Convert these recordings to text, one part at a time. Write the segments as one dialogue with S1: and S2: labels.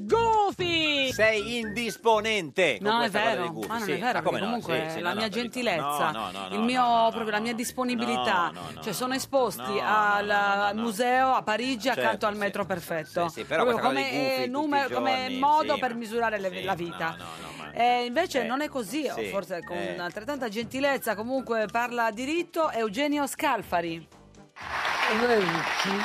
S1: Gufi!
S2: Sei indisponente. con
S1: No, è
S2: questa cosa dei
S1: vero,
S2: gufi,
S1: ma non
S2: sì.
S1: è vero,
S2: Ah, come
S1: perché
S2: no?
S1: comunque
S2: Sì, sì,
S1: la
S2: no, no,
S1: mia
S2: per- no,
S1: gentilezza,
S2: no, no,
S1: il
S2: no,
S1: mio,
S2: no,
S1: proprio la mia disponibilità,
S2: No, no, no,
S1: cioè sono esposti
S2: No, no,
S1: al
S2: no, no, no.
S1: museo a Parigi
S2: Certo,
S1: accanto al
S2: sì,
S1: metro perfetto,
S2: sì, sì, però
S1: proprio
S2: questa cosa dei
S1: come,
S2: gufi
S1: eh,
S2: tutti i
S1: numero- come
S2: giorni,
S1: modo
S2: sì,
S1: per
S2: ma-
S1: misurare le-
S2: sì,
S1: la vita.
S2: no, no, no, ma-
S1: Eh, invece
S2: eh,
S1: non è così, o
S2: sì,
S1: forse con
S2: eh.
S1: altrettanta gentilezza comunque parla diritto Eugenio Scalfari.
S3: Renzi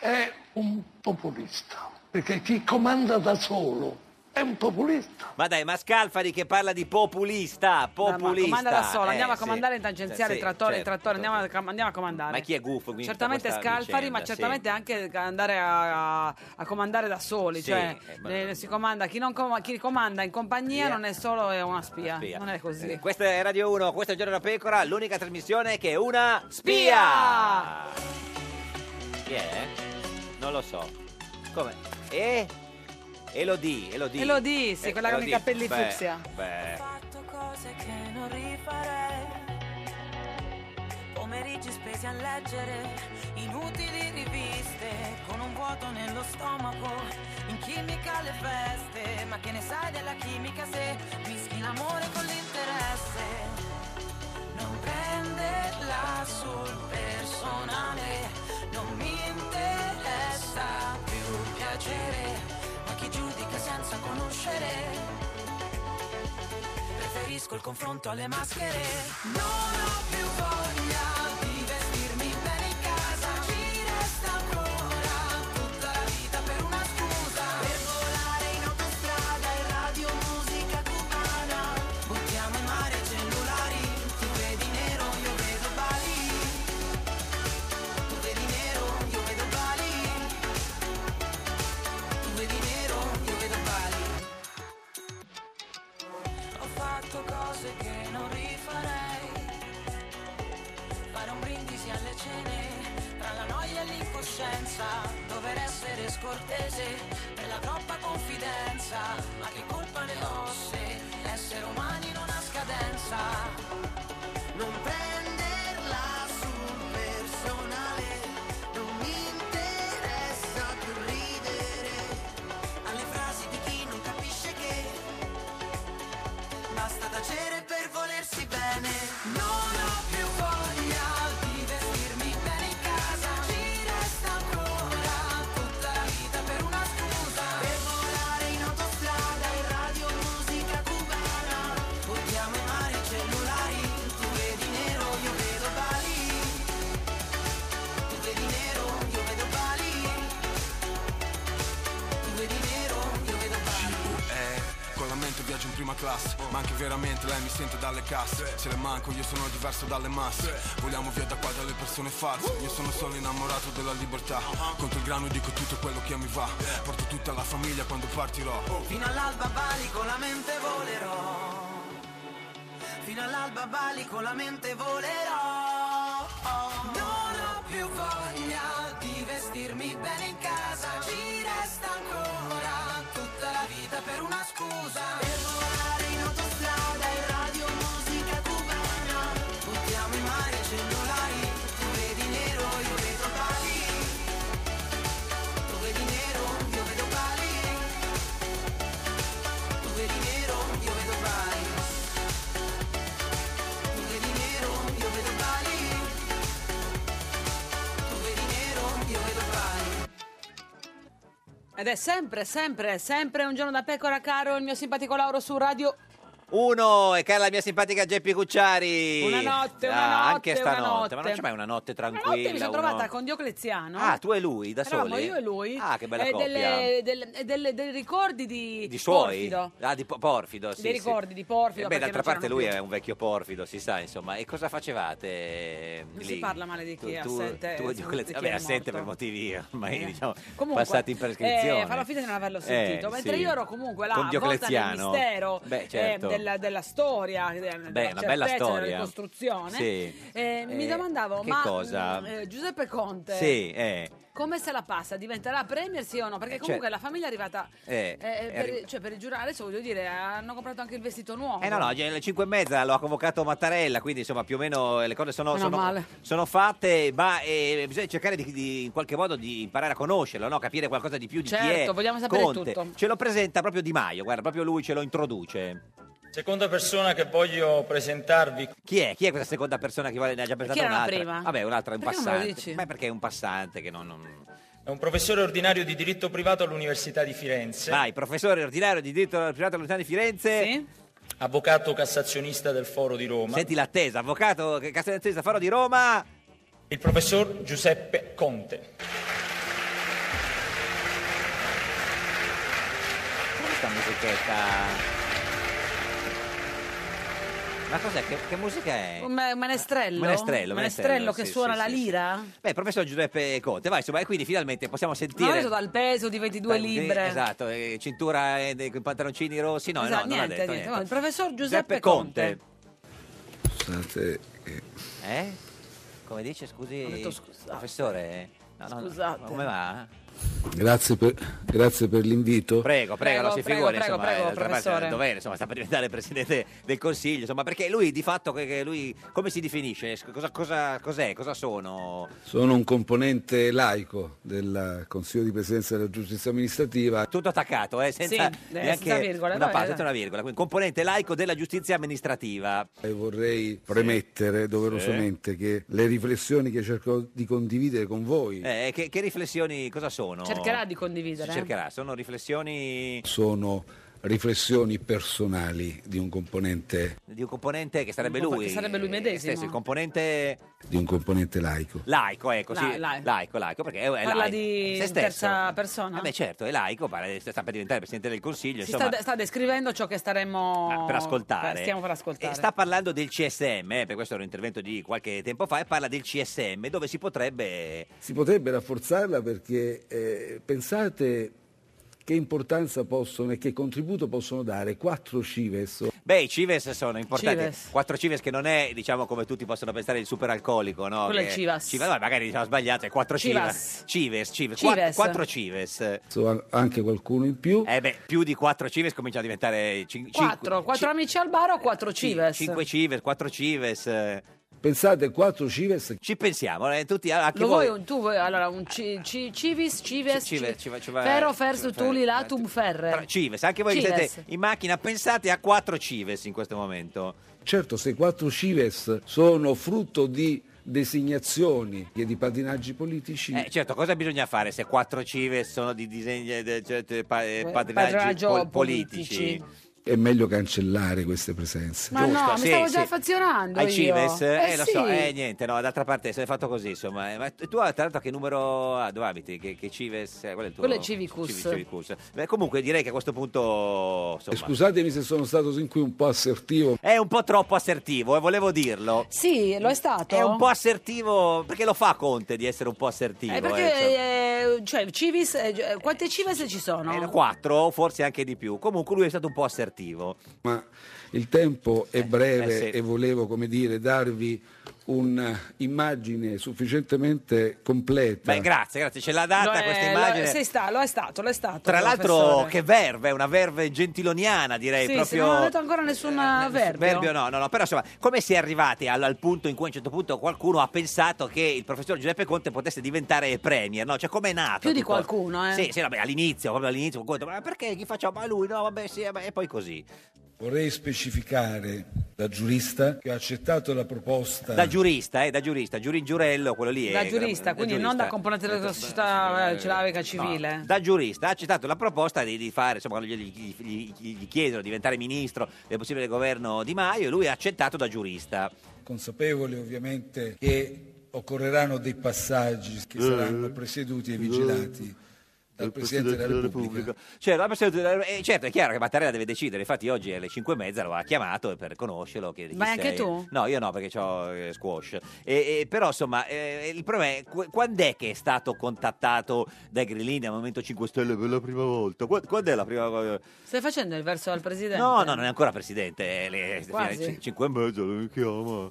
S3: è un populista, perché chi comanda da solo è un populista.
S2: Ma dai, ma Scalfari che parla di populista,
S1: Ma- ma
S2: populista.
S1: comanda da solo,
S2: eh,
S1: andiamo a
S2: sì.
S1: comandare in tangenziale
S2: Sì,
S1: il trattore, il
S2: certo.
S1: trattore, andiamo a, andiamo a comandare.
S2: Ma chi è gufo? quindi,
S1: certamente
S2: tutta questa
S1: Scalfari,
S2: vicenda,
S1: ma
S2: sì.
S1: certamente anche andare a, a- a comandare da soli.
S2: Sì,
S1: cioè,
S2: eh, ma-
S1: eh, si comanda, chi, non com- chi comanda in compagnia
S2: Via.
S1: non è solo eh, una spia.
S2: Spia.
S1: Non è così.
S2: Eh, Questa è Radio 1, questo è Giorno da Pecora, l'unica trasmissione che è una
S1: Spia!
S2: spia. Chi è? Non lo so. Come? E? Elodie, Elodie. Eh,
S1: Elodie, sì, quella con i
S2: Elodie.
S1: capelli
S2: Beh,
S1: fucsia.
S2: Beh,
S4: fatto cose che non rifarei. Pomeriggi spesi a leggere inutili riviste con un vuoto nello stomaco. In chimica le feste, ma che ne sai della chimica se mischi l'amore con l'interesse? Non prenderla sul personale, non mi interessa più piacere, ma chi giudica senza conoscere? Preferisco il confronto alle maschere. Non ho più voglia di vestirmi bene in casa. Ci resta ancora tutta la vita per una scusa. Per volare in autostrada e radio musica cubana. Buttiamo in mare i cellulari. Tu vedi nero, io vedo Bali. Tu vedi nero, io vedo Bali. Tu vedi nero, io vedo Bali. Ho fatto cose che non rifarei Fare un brindisi alle cene Tra la noia e l'incoscienza Dover essere scortese Per la troppa confidenza Ma che colpa ne ho se Essere umani non ha scadenza Non prenderla sul personale Non mi interessa più ridere Alle frasi di chi non capisce che Basta tacere per volersi bene. Non ho più voglia di vestirmi bene in casa. Ci resta ancora tutta la vita per una scusa. Per volare in autostrada e radio musica cubana. Buttiamo in mare i cellulari. Tu vedi nero, io vedo Bali. Tu vedi nero, io vedo Bali. Tu vedi nero, io vedo Bali.
S5: Eh, con la mente viaggio in prima classe Ma anche veramente lei mi sente dalle casse Se le manco io sono diverso dalle masse Vogliamo via da qua dalle persone false Io sono solo innamorato della libertà Contro il grano dico tutto quello che mi va Porto tutta la famiglia quando partirò
S4: Fino all'alba Bali con la mente volerò. Fino all'alba Bali con la mente volerò. Non ho più voglia di vestirmi bene in casa. Ci resta ancora tutta la vita per una scusa. Per volare in autostrada e radio musica cubana. Buttiamo in mare i cellulari. Tu vedi nero, io vedo Bali. Tu vedi nero, io vedo Bali. Tu vedi nero, io vedo Bali. Tu vedi nero, io vedo Bali. Tu vedi nero, io vedo Bali.
S1: Ed è sempre, sempre, sempre un giorno da pecora, caro il mio simpatico Lauro su Radio.
S2: Uno, e cara la mia simpatica Geppi Cucciari.
S1: Una notte, una
S2: Ah,
S1: notte,
S2: Anche
S1: una
S2: stanotte, ma non
S1: notte.
S2: c'è mai una notte
S1: Una
S2: tranquilla.
S1: notte mi sono
S2: uno-
S1: trovata con Diocleziano.
S2: Ah, tu e lui, da
S1: Eravamo
S2: soli?
S1: io e lui.
S2: Ah, che bella
S1: e
S2: coppia.
S1: delle- delle- e delle- dei ricordi di,
S2: Di suoi?
S1: Porfido.
S2: Ah, di Po- Porfido, sì.
S1: Dei
S2: sì.
S1: ricordi di Porfido,
S2: Eh beh,
S1: perché
S2: d'altra
S1: non
S2: parte
S1: c'erano
S2: lui
S1: più.
S2: è un vecchio Porfido, si sa, insomma. E cosa facevate eh,
S1: Non
S2: lì?
S1: si parla male di chi
S2: Tu-
S1: è
S2: tu-
S1: assente,
S2: tu-
S1: eh,
S2: Dioclezia-
S1: di chi è
S2: vabbè, assente
S1: morto.
S2: per motivi ormai,
S1: Eh.
S2: diciamo,
S1: Comunque,
S2: passati in prescrizione.
S1: eh, fa la finta di non averlo
S2: Eh,
S1: sentito. Mentre
S2: sì.
S1: io ero comunque là
S2: Con
S1: avvolta nel
S2: Diocleziano.
S1: mistero
S2: Beh,
S1: eh,
S2: certo.
S1: della, della storia, eh,
S2: Beh,
S1: della
S2: una
S1: certezza,
S2: bella
S1: della
S2: storia.
S1: ricostruzione,
S2: Sì.
S1: eh, mi
S2: Eh,
S1: domandavo,
S2: che
S1: ma
S2: cosa?
S1: mh, eh, Giuseppe Conte
S2: Sì, eh,
S1: come se la passa? Diventerà premier sì o no? Perché
S2: Eh, cioè-
S1: comunque la famiglia è arrivata,
S2: eh,
S1: eh,
S2: è
S1: per,
S2: arri-
S1: cioè, per il giurare, so, voglio dire, hanno comprato anche il vestito
S6: Oh,
S1: nuovo.
S2: eh no, no, oggi alle 5 e mezza lo ha convocato Mattarella, quindi insomma più o meno le cose sono,
S1: Meno
S2: sono,
S1: male.
S2: sono fatte, ma eh, bisogna cercare di, di- in qualche modo di imparare a conoscerlo, no? capire qualcosa di più di chi è.
S1: Certo, vogliamo sapere
S2: Conte.
S1: tutto.
S2: Ce lo presenta proprio Di Maio, guarda, proprio lui ce lo introduce.
S6: Seconda persona che voglio presentarvi.
S2: Chi è? Chi è questa seconda persona che vuole- ne ha già presentato
S6: era la
S2: un'altra?
S6: prima?
S2: Vabbè, un'altra, un
S6: Perché non me lo
S2: passante.
S6: dici?
S2: Ma perché è un passante che non... non...
S6: È un professore ordinario di diritto privato all'Università di Firenze.
S2: Vai, professore ordinario di diritto privato all'Università di Firenze.
S6: Avvocato cassazionista del Foro di Roma.
S2: Senti l'attesa, avvocato Castellanzese Faro di Roma.
S6: Il professor Giuseppe Conte.
S2: Questa musichetta. Ma cos'è? Che, che musica è?
S1: Un me- un menestrello?
S2: Menestrello, menestrello,
S1: che
S2: sì,
S1: suona
S2: sì,
S1: la
S2: sì,
S1: lira?
S2: Beh, professor Giuseppe Conte, vai, insomma, e quindi finalmente possiamo
S1: Ma
S2: sentire.
S1: adesso dal peso di 22
S2: Dai,
S1: libre.
S2: Esatto, eh, cintura e dei con i pantaloncini rossi. No,
S1: Esatto,
S2: no, non ha
S1: niente,
S2: detto niente.
S1: niente. No, il professor Giuseppe,
S2: Giuseppe
S1: Conte.
S2: Conte.
S7: Scusate,
S2: Eh? Come dice, scusi.
S1: Ho detto scusate.
S2: Professore. No, no, no,
S1: Scusate.
S2: Come va?
S7: grazie per, grazie per l'invito.
S2: Prego, prego, non si
S1: prego,
S2: figuri,
S1: prego,
S2: insomma,
S1: prego,
S2: eh, d'altra parte
S1: professore.
S2: è un dovere, insomma, sta per diventare presidente del Consiglio, insomma, perché lui di fatto che- che lui come si definisce? Sc- Cosa, cosa- cos'è? Cosa sono?
S7: Sono un componente laico del Consiglio di Presidenza della Giustizia Amministrativa.
S2: Tutto attaccato, eh, senza
S7: Sì, eh,
S2: neanche
S7: senza virgola,
S2: una
S1: eh.
S7: vabbè,
S2: pausa,
S7: dai.
S2: senza una virgola, quindi componente laico della giustizia amministrativa.
S7: E vorrei premettere doverosamente che le riflessioni che cerco di condividere con voi
S2: Eh, che, che riflessioni cosa sono?
S1: Cercherà di condividere. eh.
S2: Si cercherà, sono riflessioni
S7: sono riflessioni personali di un componente,
S2: di un componente che sarebbe
S1: Un compo-
S2: lui.
S1: che sarebbe lui
S2: eh,
S1: medesimo.
S2: stesso, il componente
S7: di un componente laico.
S2: laico, ecco, sì,
S1: La- la-
S2: laico, laico, perché è, è
S1: Parla
S2: laico.
S1: di
S2: Se stesso.
S1: terza persona.
S2: Eh beh, certo, è laico, pare- sta per diventare presidente del Consiglio,
S1: si
S2: insomma, Ah,
S1: sta, sta descrivendo ciò che staremmo
S2: per ascoltare.
S1: per- Stiamo per ascoltare.
S2: E sta parlando del CSM, eh, per questo era un intervento di qualche tempo fa, e parla del CSM, dove si potrebbe...
S7: Si potrebbe rafforzarla perché eh, pensate che importanza possono e che contributo possono dare quattro CIVES.
S2: Beh, i Cives sono importanti.
S7: Cives.
S2: Quattro Cives che non è, diciamo, come tutti possono pensare, il super alcolico, no?
S7: Quello è
S2: Che-
S7: il Civas.
S2: no, magari diciamo sbagliato, è quattro Cives.
S7: Civas.
S2: Cives, Cives.
S7: Cives.
S2: Quatt- Quattro Cives.
S7: So, Anche qualcuno in più.
S2: Eh beh, più di quattro Cives comincia a diventare... cin-
S1: Quattro,
S2: cinque-
S1: quattro amici al bar o quattro cives?
S2: Cinque Cives, quattro Cives. eh.
S7: Pensate, quattro CIVES
S2: Ci pensiamo, eh, tutti, anche
S1: Lo
S2: voi.
S1: vuoi un tu? vuoi- Allora, un ci- ci- civis, cives,
S2: Ci- cives,
S1: ci-
S2: ci va- ci va-
S1: ferro,
S2: ci va-
S1: fersu,
S2: ferro.
S1: tuli, latum, ferre.
S2: Cives, anche voi che
S1: Cives.
S2: siete in macchina, pensate a quattro Cives in questo momento.
S7: Certo, se quattro CIVES sono frutto di designazioni e di padrinaggi politici,
S2: Eh, certo, cosa bisogna fare se quattro Cives sono di disegni de- cioè, de- pa- eh, padrinaggi
S1: padronaggio
S2: pol- politici?
S7: è meglio cancellare queste presenze.
S1: Ma no,
S2: sì,
S1: mi stavo già
S2: sì.
S1: affazionando
S2: Ai
S1: io.
S2: Cives? Eh,
S1: Eh,
S2: lo
S1: sì.
S2: so, eh, niente, no, d'altra parte se è fatto così, insomma. eh, Ma tu, tra l'altro, che numero ha? Dove abiti? Che, che Cives? eh, qual è il tuo?
S1: Quello è Civicus.
S2: Civi- Civicus. Beh, comunque direi che a questo punto,
S7: E
S2: insomma...
S7: scusatemi se sono stato sin qui un po' assertivo.
S2: È un po' troppo assertivo, eh, volevo dirlo.
S1: Sì, lo è stato.
S2: È un po' assertivo, perché lo fa Conte di essere un po' assertivo.
S1: Eh,
S2: eh, insomma. Eh,
S1: perché, eh, cioè, civis, eh, gi- eh, quante cives ci sono?
S2: Era quattro, forse anche di più. Comunque lui è stato un po' assertivo.
S7: Ma il tempo è breve
S2: eh sì.
S7: e volevo, come dire, darvi un'immagine sufficientemente completa.
S2: Beh, grazie, grazie. Ce l'ha
S1: Lo
S2: data
S1: è-
S2: questa
S1: lo-
S2: immagine.
S1: eh, sì, sta- lo è stato, lo è stato.
S2: Tra l'altro,
S1: professore.
S2: che verve, una verve gentiloniana, direi
S1: Sì, sì,
S2: proprio. Eh,
S1: non ho detto ancora nessun verbio.
S2: Verbio no, no, no, però insomma, come si è arrivati al, al punto in cui a un certo punto qualcuno ha pensato che il professor Giuseppe Conte potesse diventare premier, no? Cioè, com'è nato?
S1: Più di
S2: tutto?
S1: qualcuno, eh.
S2: Sì, sì, vabbè, all'inizio, proprio all'inizio, qualcuno ha detto, ma perché chi facciamo? Ma lui, no, vabbè, sì, vabbè", e poi così.
S7: Vorrei specificare da giurista che ho accettato la proposta
S2: Da giurista, eh, da giurista, Giurin Giurello, quello lì.
S1: Da
S2: è-
S1: giurista, quindi non da componente della società eh, celavica civile.
S2: No, da giurista ha accettato la proposta di, di fare, insomma, quando gli, gli- gli- gli- gli chiesero di diventare ministro del possibile governo Di Maio e lui ha accettato da giurista.
S7: consapevole ovviamente
S8: Eh,
S7: che occorreranno dei passaggi che saranno presieduti e vigilati
S8: al eh, Presidente della Repubblica.
S2: Cioè, la Presidente della Repubblica- eh, certo, è chiaro che Mattarella deve decidere. Infatti, oggi alle 5 e mezza lo ha chiamato per conoscerlo. Che chi
S1: Ma anche
S2: sei.
S1: tu?
S2: No, io no, perché ho squash. E- e- però, insomma, eh, il problema è qu- quando è che è stato contattato dai grillini al Movimento 5 Stelle per la prima volta? Qua- Quando è la prima volta?
S1: Stai facendo il verso al presidente?
S2: No, no, non è ancora presidente. eh, Le,
S1: Quasi.
S2: 5 e mezza lo chiama.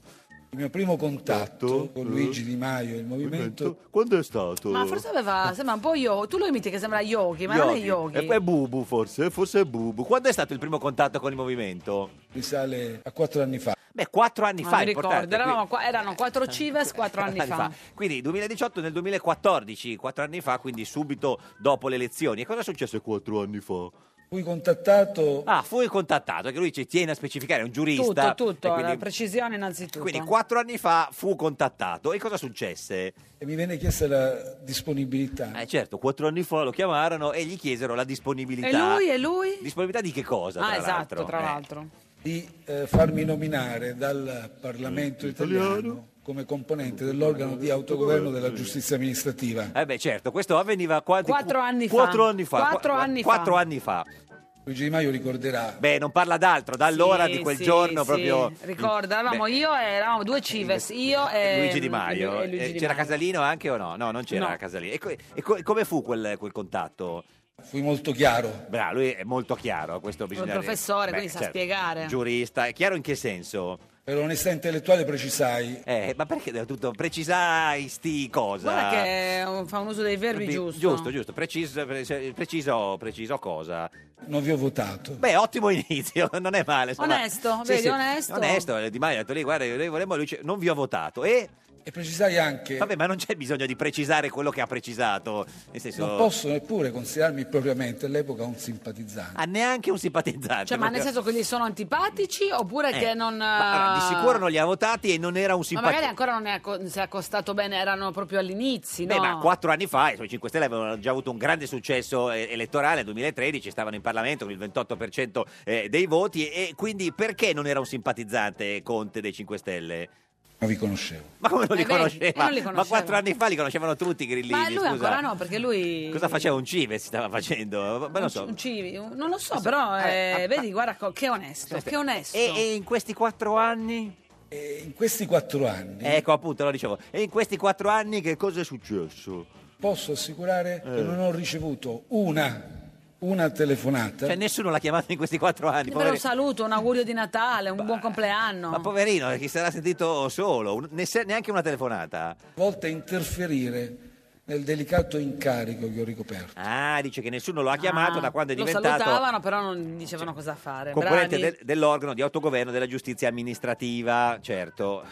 S8: Il mio primo contatto con Luigi Di Maio e il Esatto, eh. movimento.
S2: Quando è stato?
S1: Ma forse aveva, sembra un po' Yogi. Tu lo imiti che sembra Yogi, ma non è Yogi.
S2: E poi è Bubu forse, forse è Bubu. Quando è stato il primo contatto con il movimento?
S8: Risale a quattro anni fa.
S2: Beh, quattro anni
S1: Ma
S2: fa,
S1: mi
S2: è
S1: ricordo,
S2: importante.
S1: eravamo qua- erano quattro Cives quattro anni fa.
S2: Quindi 2018 nel 2014, quattro anni fa, quindi subito dopo le elezioni. E cosa è successo quattro anni fa?
S8: Fui contattato
S2: Ah, fu il contattato, che lui ci tiene a specificare, è un giurista.
S1: Tutto, tutto,
S2: e
S1: la
S2: Quindi,
S1: precisione innanzitutto.
S2: quindi quattro anni fa fu contattato. E cosa successe?
S8: e mi venne chiesta la disponibilità.
S2: Eh certo, quattro anni fa lo chiamarono e gli chiesero la disponibilità.
S1: E lui, e lui?
S2: Disponibilità di che cosa?
S1: Ah,
S2: tra
S1: esatto,
S2: l'altro?
S1: tra
S2: Eh.
S1: l'altro.
S8: di eh, farmi nominare dal Parlamento Eh, italiano Eh, come componente dell'organo di autogoverno della giustizia amministrativa.
S2: Eh beh, certo, questo avveniva quanti-
S1: Quattro anni fa.
S2: Quattro anni fa.
S1: Quattro
S2: Qua-
S1: anni fa.
S2: quattro anni fa.
S8: Luigi Di Maio ricorderà
S2: Beh, non parla d'altro, da allora
S1: Sì,
S2: di quel
S1: sì,
S2: giorno
S1: sì.
S2: proprio...
S1: Ricordo, eravamo
S2: Beh,
S1: io e eravamo due Cives, io e
S2: Luigi Di Maio.
S1: e Ehm, Luigi
S2: Eh,
S1: Di
S2: c'era
S1: Maio.
S2: Casalino anche o no? No, non c'era
S1: No.
S2: Casalino. E, co- e co- come fu quel, quel contatto?
S8: fui molto chiaro.
S2: Bravo, lui è molto chiaro, questo
S1: Un
S2: bisogna...
S1: professore,
S2: Beh,
S1: quindi sa
S2: certo,
S1: spiegare.
S2: Giurista, è chiaro in che senso?
S8: Per onestà intellettuale precisai
S2: Eh, ma perché devo tutto precisai sti cosa?
S1: Guarda che eh, fa un uso dei verbi
S2: Bi-
S1: giusto.
S2: Giusto, giusto, preciso, preciso, preciso, cosa.
S8: non vi ho votato.
S2: Beh, ottimo inizio, non è male. insomma.
S1: Onesto, vedi, onesto.
S2: Onesto, eh, Di Maio ha detto lì, guarda, noi vorremmo, lui dice, non vi ho votato. E,
S8: E precisai anche
S2: vabbè, ma non c'è bisogno di precisare quello che ha precisato. Nel senso,
S8: non posso neppure considerarmi propriamente all'epoca un simpatizzante.
S2: ha Ah, neanche un simpatizzante.
S1: Cioè, ma nel senso che gli sono antipatici oppure
S2: Eh,
S1: che non...
S2: ma,
S1: eh,
S2: allora, di sicuro non li ha votati e non era un
S1: Ma magari
S2: simpatizzante.
S1: ancora non è acco- si è accostato bene, erano proprio all'inizio,
S2: Beh,
S1: no?
S2: ma quattro anni fa i 5 Stelle avevano già avuto un grande successo eh, elettorale nel 2013, stavano in Parlamento con il 28% eh, dei voti e quindi perché non era un simpatizzante Conte dei 5 Stelle?
S8: Non vi conoscevo.
S2: Ma come non li,
S1: Eh, vedi,
S2: conosceva?
S1: eh, non li
S2: Ma
S1: conosceva.
S2: quattro anni fa li conoscevano tutti i grillini,
S1: Ma lui
S2: scusa.
S1: ancora no, perché lui...
S2: Cosa faceva un cive si stava facendo? Ma non so.
S1: Un civi- un- non lo so, però eh,
S2: ah, ah,
S1: vedi, guarda co- che onesto, che onesto.
S2: E, e in questi quattro anni?
S8: E in questi quattro anni
S2: Ecco appunto, lo dicevo. E in questi quattro anni che cosa è successo?
S8: posso assicurare
S2: Eh.
S8: che non ho ricevuto una, una telefonata.
S2: Cioè nessuno l'ha chiamato in questi quattro anni.
S1: Però un
S2: poverino.
S1: saluto, un augurio di Natale, un buon compleanno.
S2: Ma poverino, chi sarà sentito solo? Un- ne- se- neanche una telefonata.
S8: volta a interferire nel delicato incarico che ho ricoperto.
S2: Ah, dice che nessuno lo ha chiamato
S1: Ah,
S2: da quando è
S1: Lo
S2: diventato
S1: salutavano, però non dicevano cosa fare.
S2: componente
S1: Bravi.
S2: del- dell'organo di autogoverno della giustizia amministrativa, certo.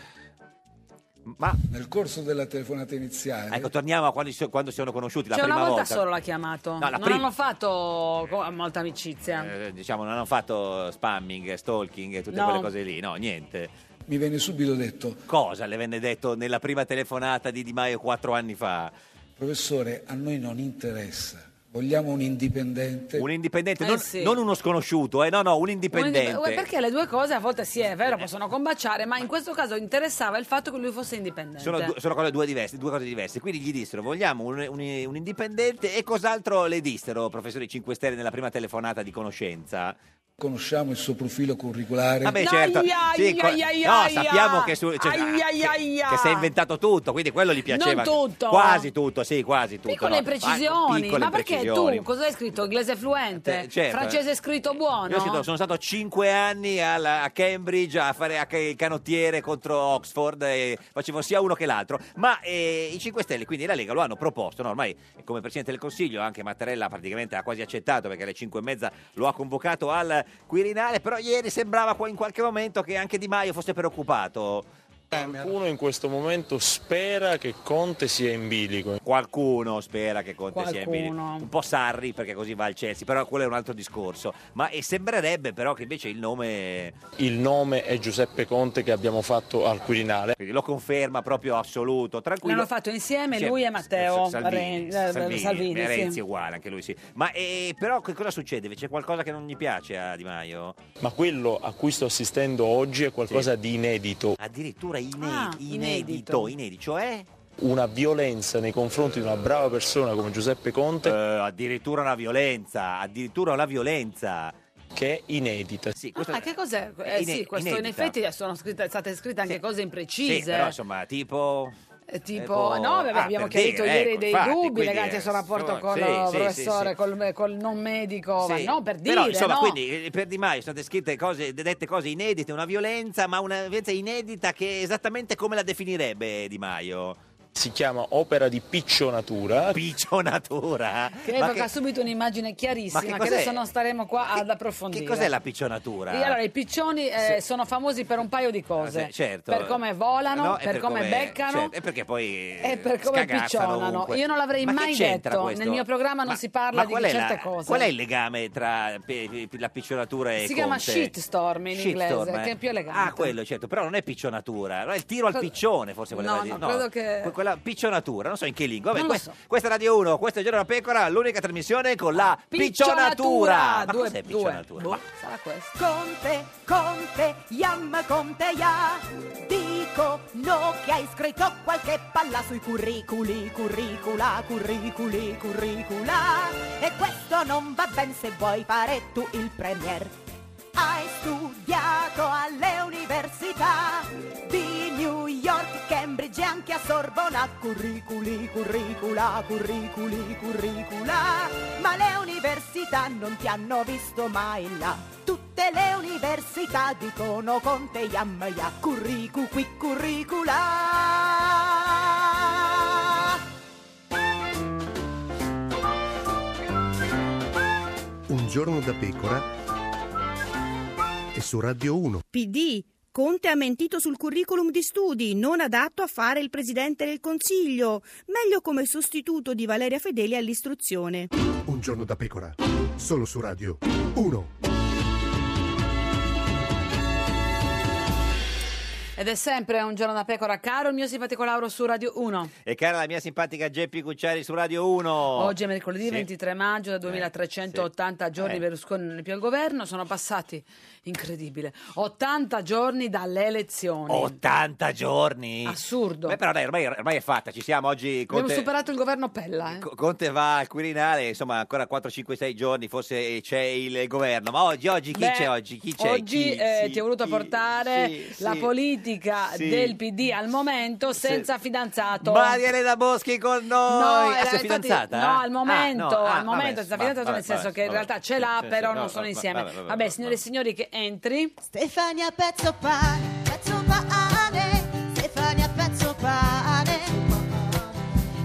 S2: Ma
S8: Nel corso della telefonata iniziale,
S2: Ecco, torniamo a quando, si- quando si sono conosciuti la
S1: Cioè, una
S2: prima
S1: volta,
S2: volta.
S1: solo l'ha chiamato.
S2: No, la
S1: non
S2: prima.
S1: hanno fatto co- molta amicizia.
S2: Eh, diciamo, non hanno fatto spamming, stalking e tutte
S1: No.
S2: quelle cose lì, no, niente.
S8: mi venne subito detto,
S2: Cosa le venne detto nella prima telefonata di Di Maio quattro anni fa?
S8: professore, a noi non interessa, vogliamo un indipendente.
S2: Un indipendente,
S1: Eh,
S2: non,
S1: sì.
S2: non uno sconosciuto, eh, no, no, un
S1: Un indi-
S2: indipendente.
S1: Uè, eh, Perché le due cose a volte sì, è vero, possono combaciare, ma in questo caso interessava il fatto che lui fosse indipendente.
S2: Sono, due, sono cose, due, diverse, due cose diverse. Quindi gli dissero: Vogliamo un, un- un indipendente. E cos'altro le dissero, professori 5 Stelle, nella prima telefonata di conoscenza?
S8: Conosciamo il suo profilo curriculare.
S2: Vabbè,
S1: Aia,
S2: certo.
S1: aia,
S2: Sì, co-
S1: aia,
S2: no,
S1: aia.
S2: sappiamo che, su, cioè,
S1: Aia,
S2: ah, che-
S1: aia.
S2: che si è inventato tutto, quindi quello gli piaceva.
S1: Non tutto.
S2: Quasi tutto, sì, quasi tutto.
S1: Piccole
S2: no.
S1: precisioni,
S2: Ah, piccole
S1: ma perché
S2: precisioni.
S1: tu cosa hai scritto? Inglese fluente,
S2: Eh, certo.
S1: francese scritto buono.
S2: Io ho scritto- sono stato 5 anni alla- a Cambridge a fare a- il canottiere contro Oxford e facevo sia uno che l'altro. Ma eh, i 5 Stelle, quindi la Lega, lo hanno proposto. no? Ormai come Presidente del Consiglio anche Mattarella praticamente ha quasi accettato perché alle 5 e mezza lo ha convocato al Quirinale. Però ieri sembrava qua in qualche momento che anche Di Maio fosse preoccupato.
S9: Qualcuno in questo momento spera che Conte sia in bilico.
S2: Qualcuno spera che Conte sia in bilico.
S1: Qualcuno.
S2: Un po' Sarri perché così va al Chelsea, però quello è un altro discorso. Ma e sembrerebbe però che invece il nome
S9: Il nome è Giuseppe Conte che abbiamo fatto al Quirinale.
S2: Quindi lo conferma proprio assoluto, tranquillo.
S1: L'hanno fatto insieme
S2: Sì,
S1: lui e Matteo
S2: S- Salvini,
S1: Renzi- eh,
S2: Salvini,
S1: Salvini,
S2: eh,
S1: sì.
S2: Renzi è uguale, anche lui sì. Ma eh, però che cosa succede? C'è qualcosa che non gli piace a Di Maio?
S9: Ma quello a cui sto assistendo oggi è qualcosa di inedito.
S2: Addirittura ine-
S1: Ah,
S2: inedito, inedito, cioè
S9: una violenza nei confronti di una brava persona come Giuseppe Conte.
S2: Eh, addirittura una violenza, addirittura una violenza.
S9: Che è inedita.
S2: Sì,
S1: Ah, che cos'è? Eh,
S2: Ine-
S1: sì, questo in
S2: inedita.
S1: effetti sono scritte- state scritte anche cose imprecise.
S2: Sì, però insomma, tipo...
S1: Eh, Tipo,
S2: Tipo-
S1: no, vabbè,
S2: ah,
S1: abbiamo
S2: per
S1: chiarito
S2: dire,
S1: ieri
S2: ecco,
S1: dei
S2: infatti,
S1: dubbi
S2: quindi,
S1: legati
S2: eh,
S1: al suo rapporto
S2: insomma,
S1: col
S2: sì,
S1: eh,
S2: sì,
S1: professore,
S2: sì, sì.
S1: Col, col non medico, ma
S2: Sì.
S1: no, per dire,
S2: Però, insomma,
S1: no?
S2: quindi eh, per Di Maio sono state scritte cose, dette cose inedite, una violenza, ma una violenza inedita che è esattamente come la definirebbe Di Maio.
S9: Si chiama opera di piccionatura.
S2: Piccionatura?
S1: Che
S2: Ma
S1: evoca
S2: che-
S1: subito un'immagine chiarissima,
S2: Ma che
S1: che,
S2: cos'è?
S1: adesso non staremo qua ad approfondire.
S2: Che cos'è la piccionatura?
S1: E eh. allora, i piccioni eh, sono famosi per un paio di cose.
S2: Eh, certo.
S1: Per come volano,
S2: No, e
S1: per, come, beccano.
S2: certo, e perché poi eh,
S1: E per come
S2: scagazzano
S1: piccionano.
S2: ovunque.
S1: Io non l'avrei
S2: Ma che
S1: mai
S2: c'entra
S1: detto.
S2: questo?
S1: Nel mio programma non si parla
S2: Ma
S1: di
S2: qual è
S1: certe
S2: la-
S1: cose.
S2: Qual è il legame tra pe- pe- la piccionatura e
S1: si chiama
S2: Conte?
S1: shitstorm in
S2: Shitstorm,
S1: inglese,
S2: eh.
S1: che è più elegante.
S2: Ah, quello, certo, però non è piccionatura, no, è il tiro al
S1: Credo-
S2: piccione, forse voleva
S1: No,
S2: dire.
S1: no, credo che-
S2: que- Quella piccionatura, non so in che lingua. Vabbè,
S1: Non lo
S2: questa, questa è Radio 1, questa è Giorno della Pecora, l'unica trasmissione con la piccionatura. Ma
S1: Due-
S2: cos'è
S1: due.
S2: piccionatura?
S1: Boh,
S2: Ma-
S1: sarà questo.
S10: Conte, Conte, Iam Conte, ya. Dico no che hai scritto qualche palla sui curriculi, curricula, curriculi, curricula. E questo non va ben se vuoi fare tu il premier. Hai studiato alle università di New York, Cambridge e anche a Sorbona. Curriculi, curricula, curriculi, curricula. Ma le università non ti hanno visto mai là. Tutte le università dicono con te yam ya. Curricu qui curricula.
S11: Un giorno da pecora e su Radio 1.
S12: PD. Conte ha mentito sul curriculum di studi, non adatto a fare il presidente del Consiglio, meglio come sostituto di Valeria Fedeli all'istruzione.
S11: Un giorno da pecora. Solo su Radio 1.
S1: Ed è sempre un giorno da pecora, caro il mio simpatico Lauro su Radio 1.
S2: E cara la mia simpatica Geppi Cucciari su Radio 1.
S1: Oggi è mercoledì
S2: Sì.
S1: 23 maggio, da 2380 giorni
S2: Eh.
S1: Berlusconi non è più al governo, sono passati, incredibile, 80 giorni dalle elezioni.
S2: Oh, 80 giorni.
S1: Assurdo.
S2: Beh, però dai, ormai, ormai è fatta, ci siamo oggi.
S1: Abbiamo
S2: Conte,
S1: superato il governo Pella. eh.
S2: Co- Conte va al Quirinale, insomma, ancora 4, 5, 6 giorni, forse eh, c'è il governo. Ma oggi, oggi, chi
S1: Beh,
S2: c'è oggi? Chi c'è?
S1: Oggi
S2: Chi?
S1: eh,
S2: Sì,
S1: ti ho voluto
S2: chi?
S1: portare
S2: Sì,
S1: la
S2: sì.
S1: politica
S2: Sì.
S1: del PD al momento senza fidanzato.
S2: Maria Elena Boschi con noi.
S1: No,
S2: Ah,
S1: era-
S2: sei
S1: infatti-
S2: fidanzata?
S1: no,
S2: eh?
S1: al momento,
S2: Ah, no, ah,
S1: al momento
S2: vabbè,
S1: senza
S2: va-
S1: fidanzato,
S2: vabbè,
S1: nel senso che in
S2: vabbè,
S1: realtà ce l'ha,
S2: sì, sì,
S1: però
S2: no,
S1: non
S2: va-
S1: sono
S2: va-
S1: insieme.
S2: vabbè,
S1: Vabbè,
S2: vabbè,
S1: signore e signori, che entri.
S10: Stefania pezzo pane, pezzo pane, Stefania pezzo pane,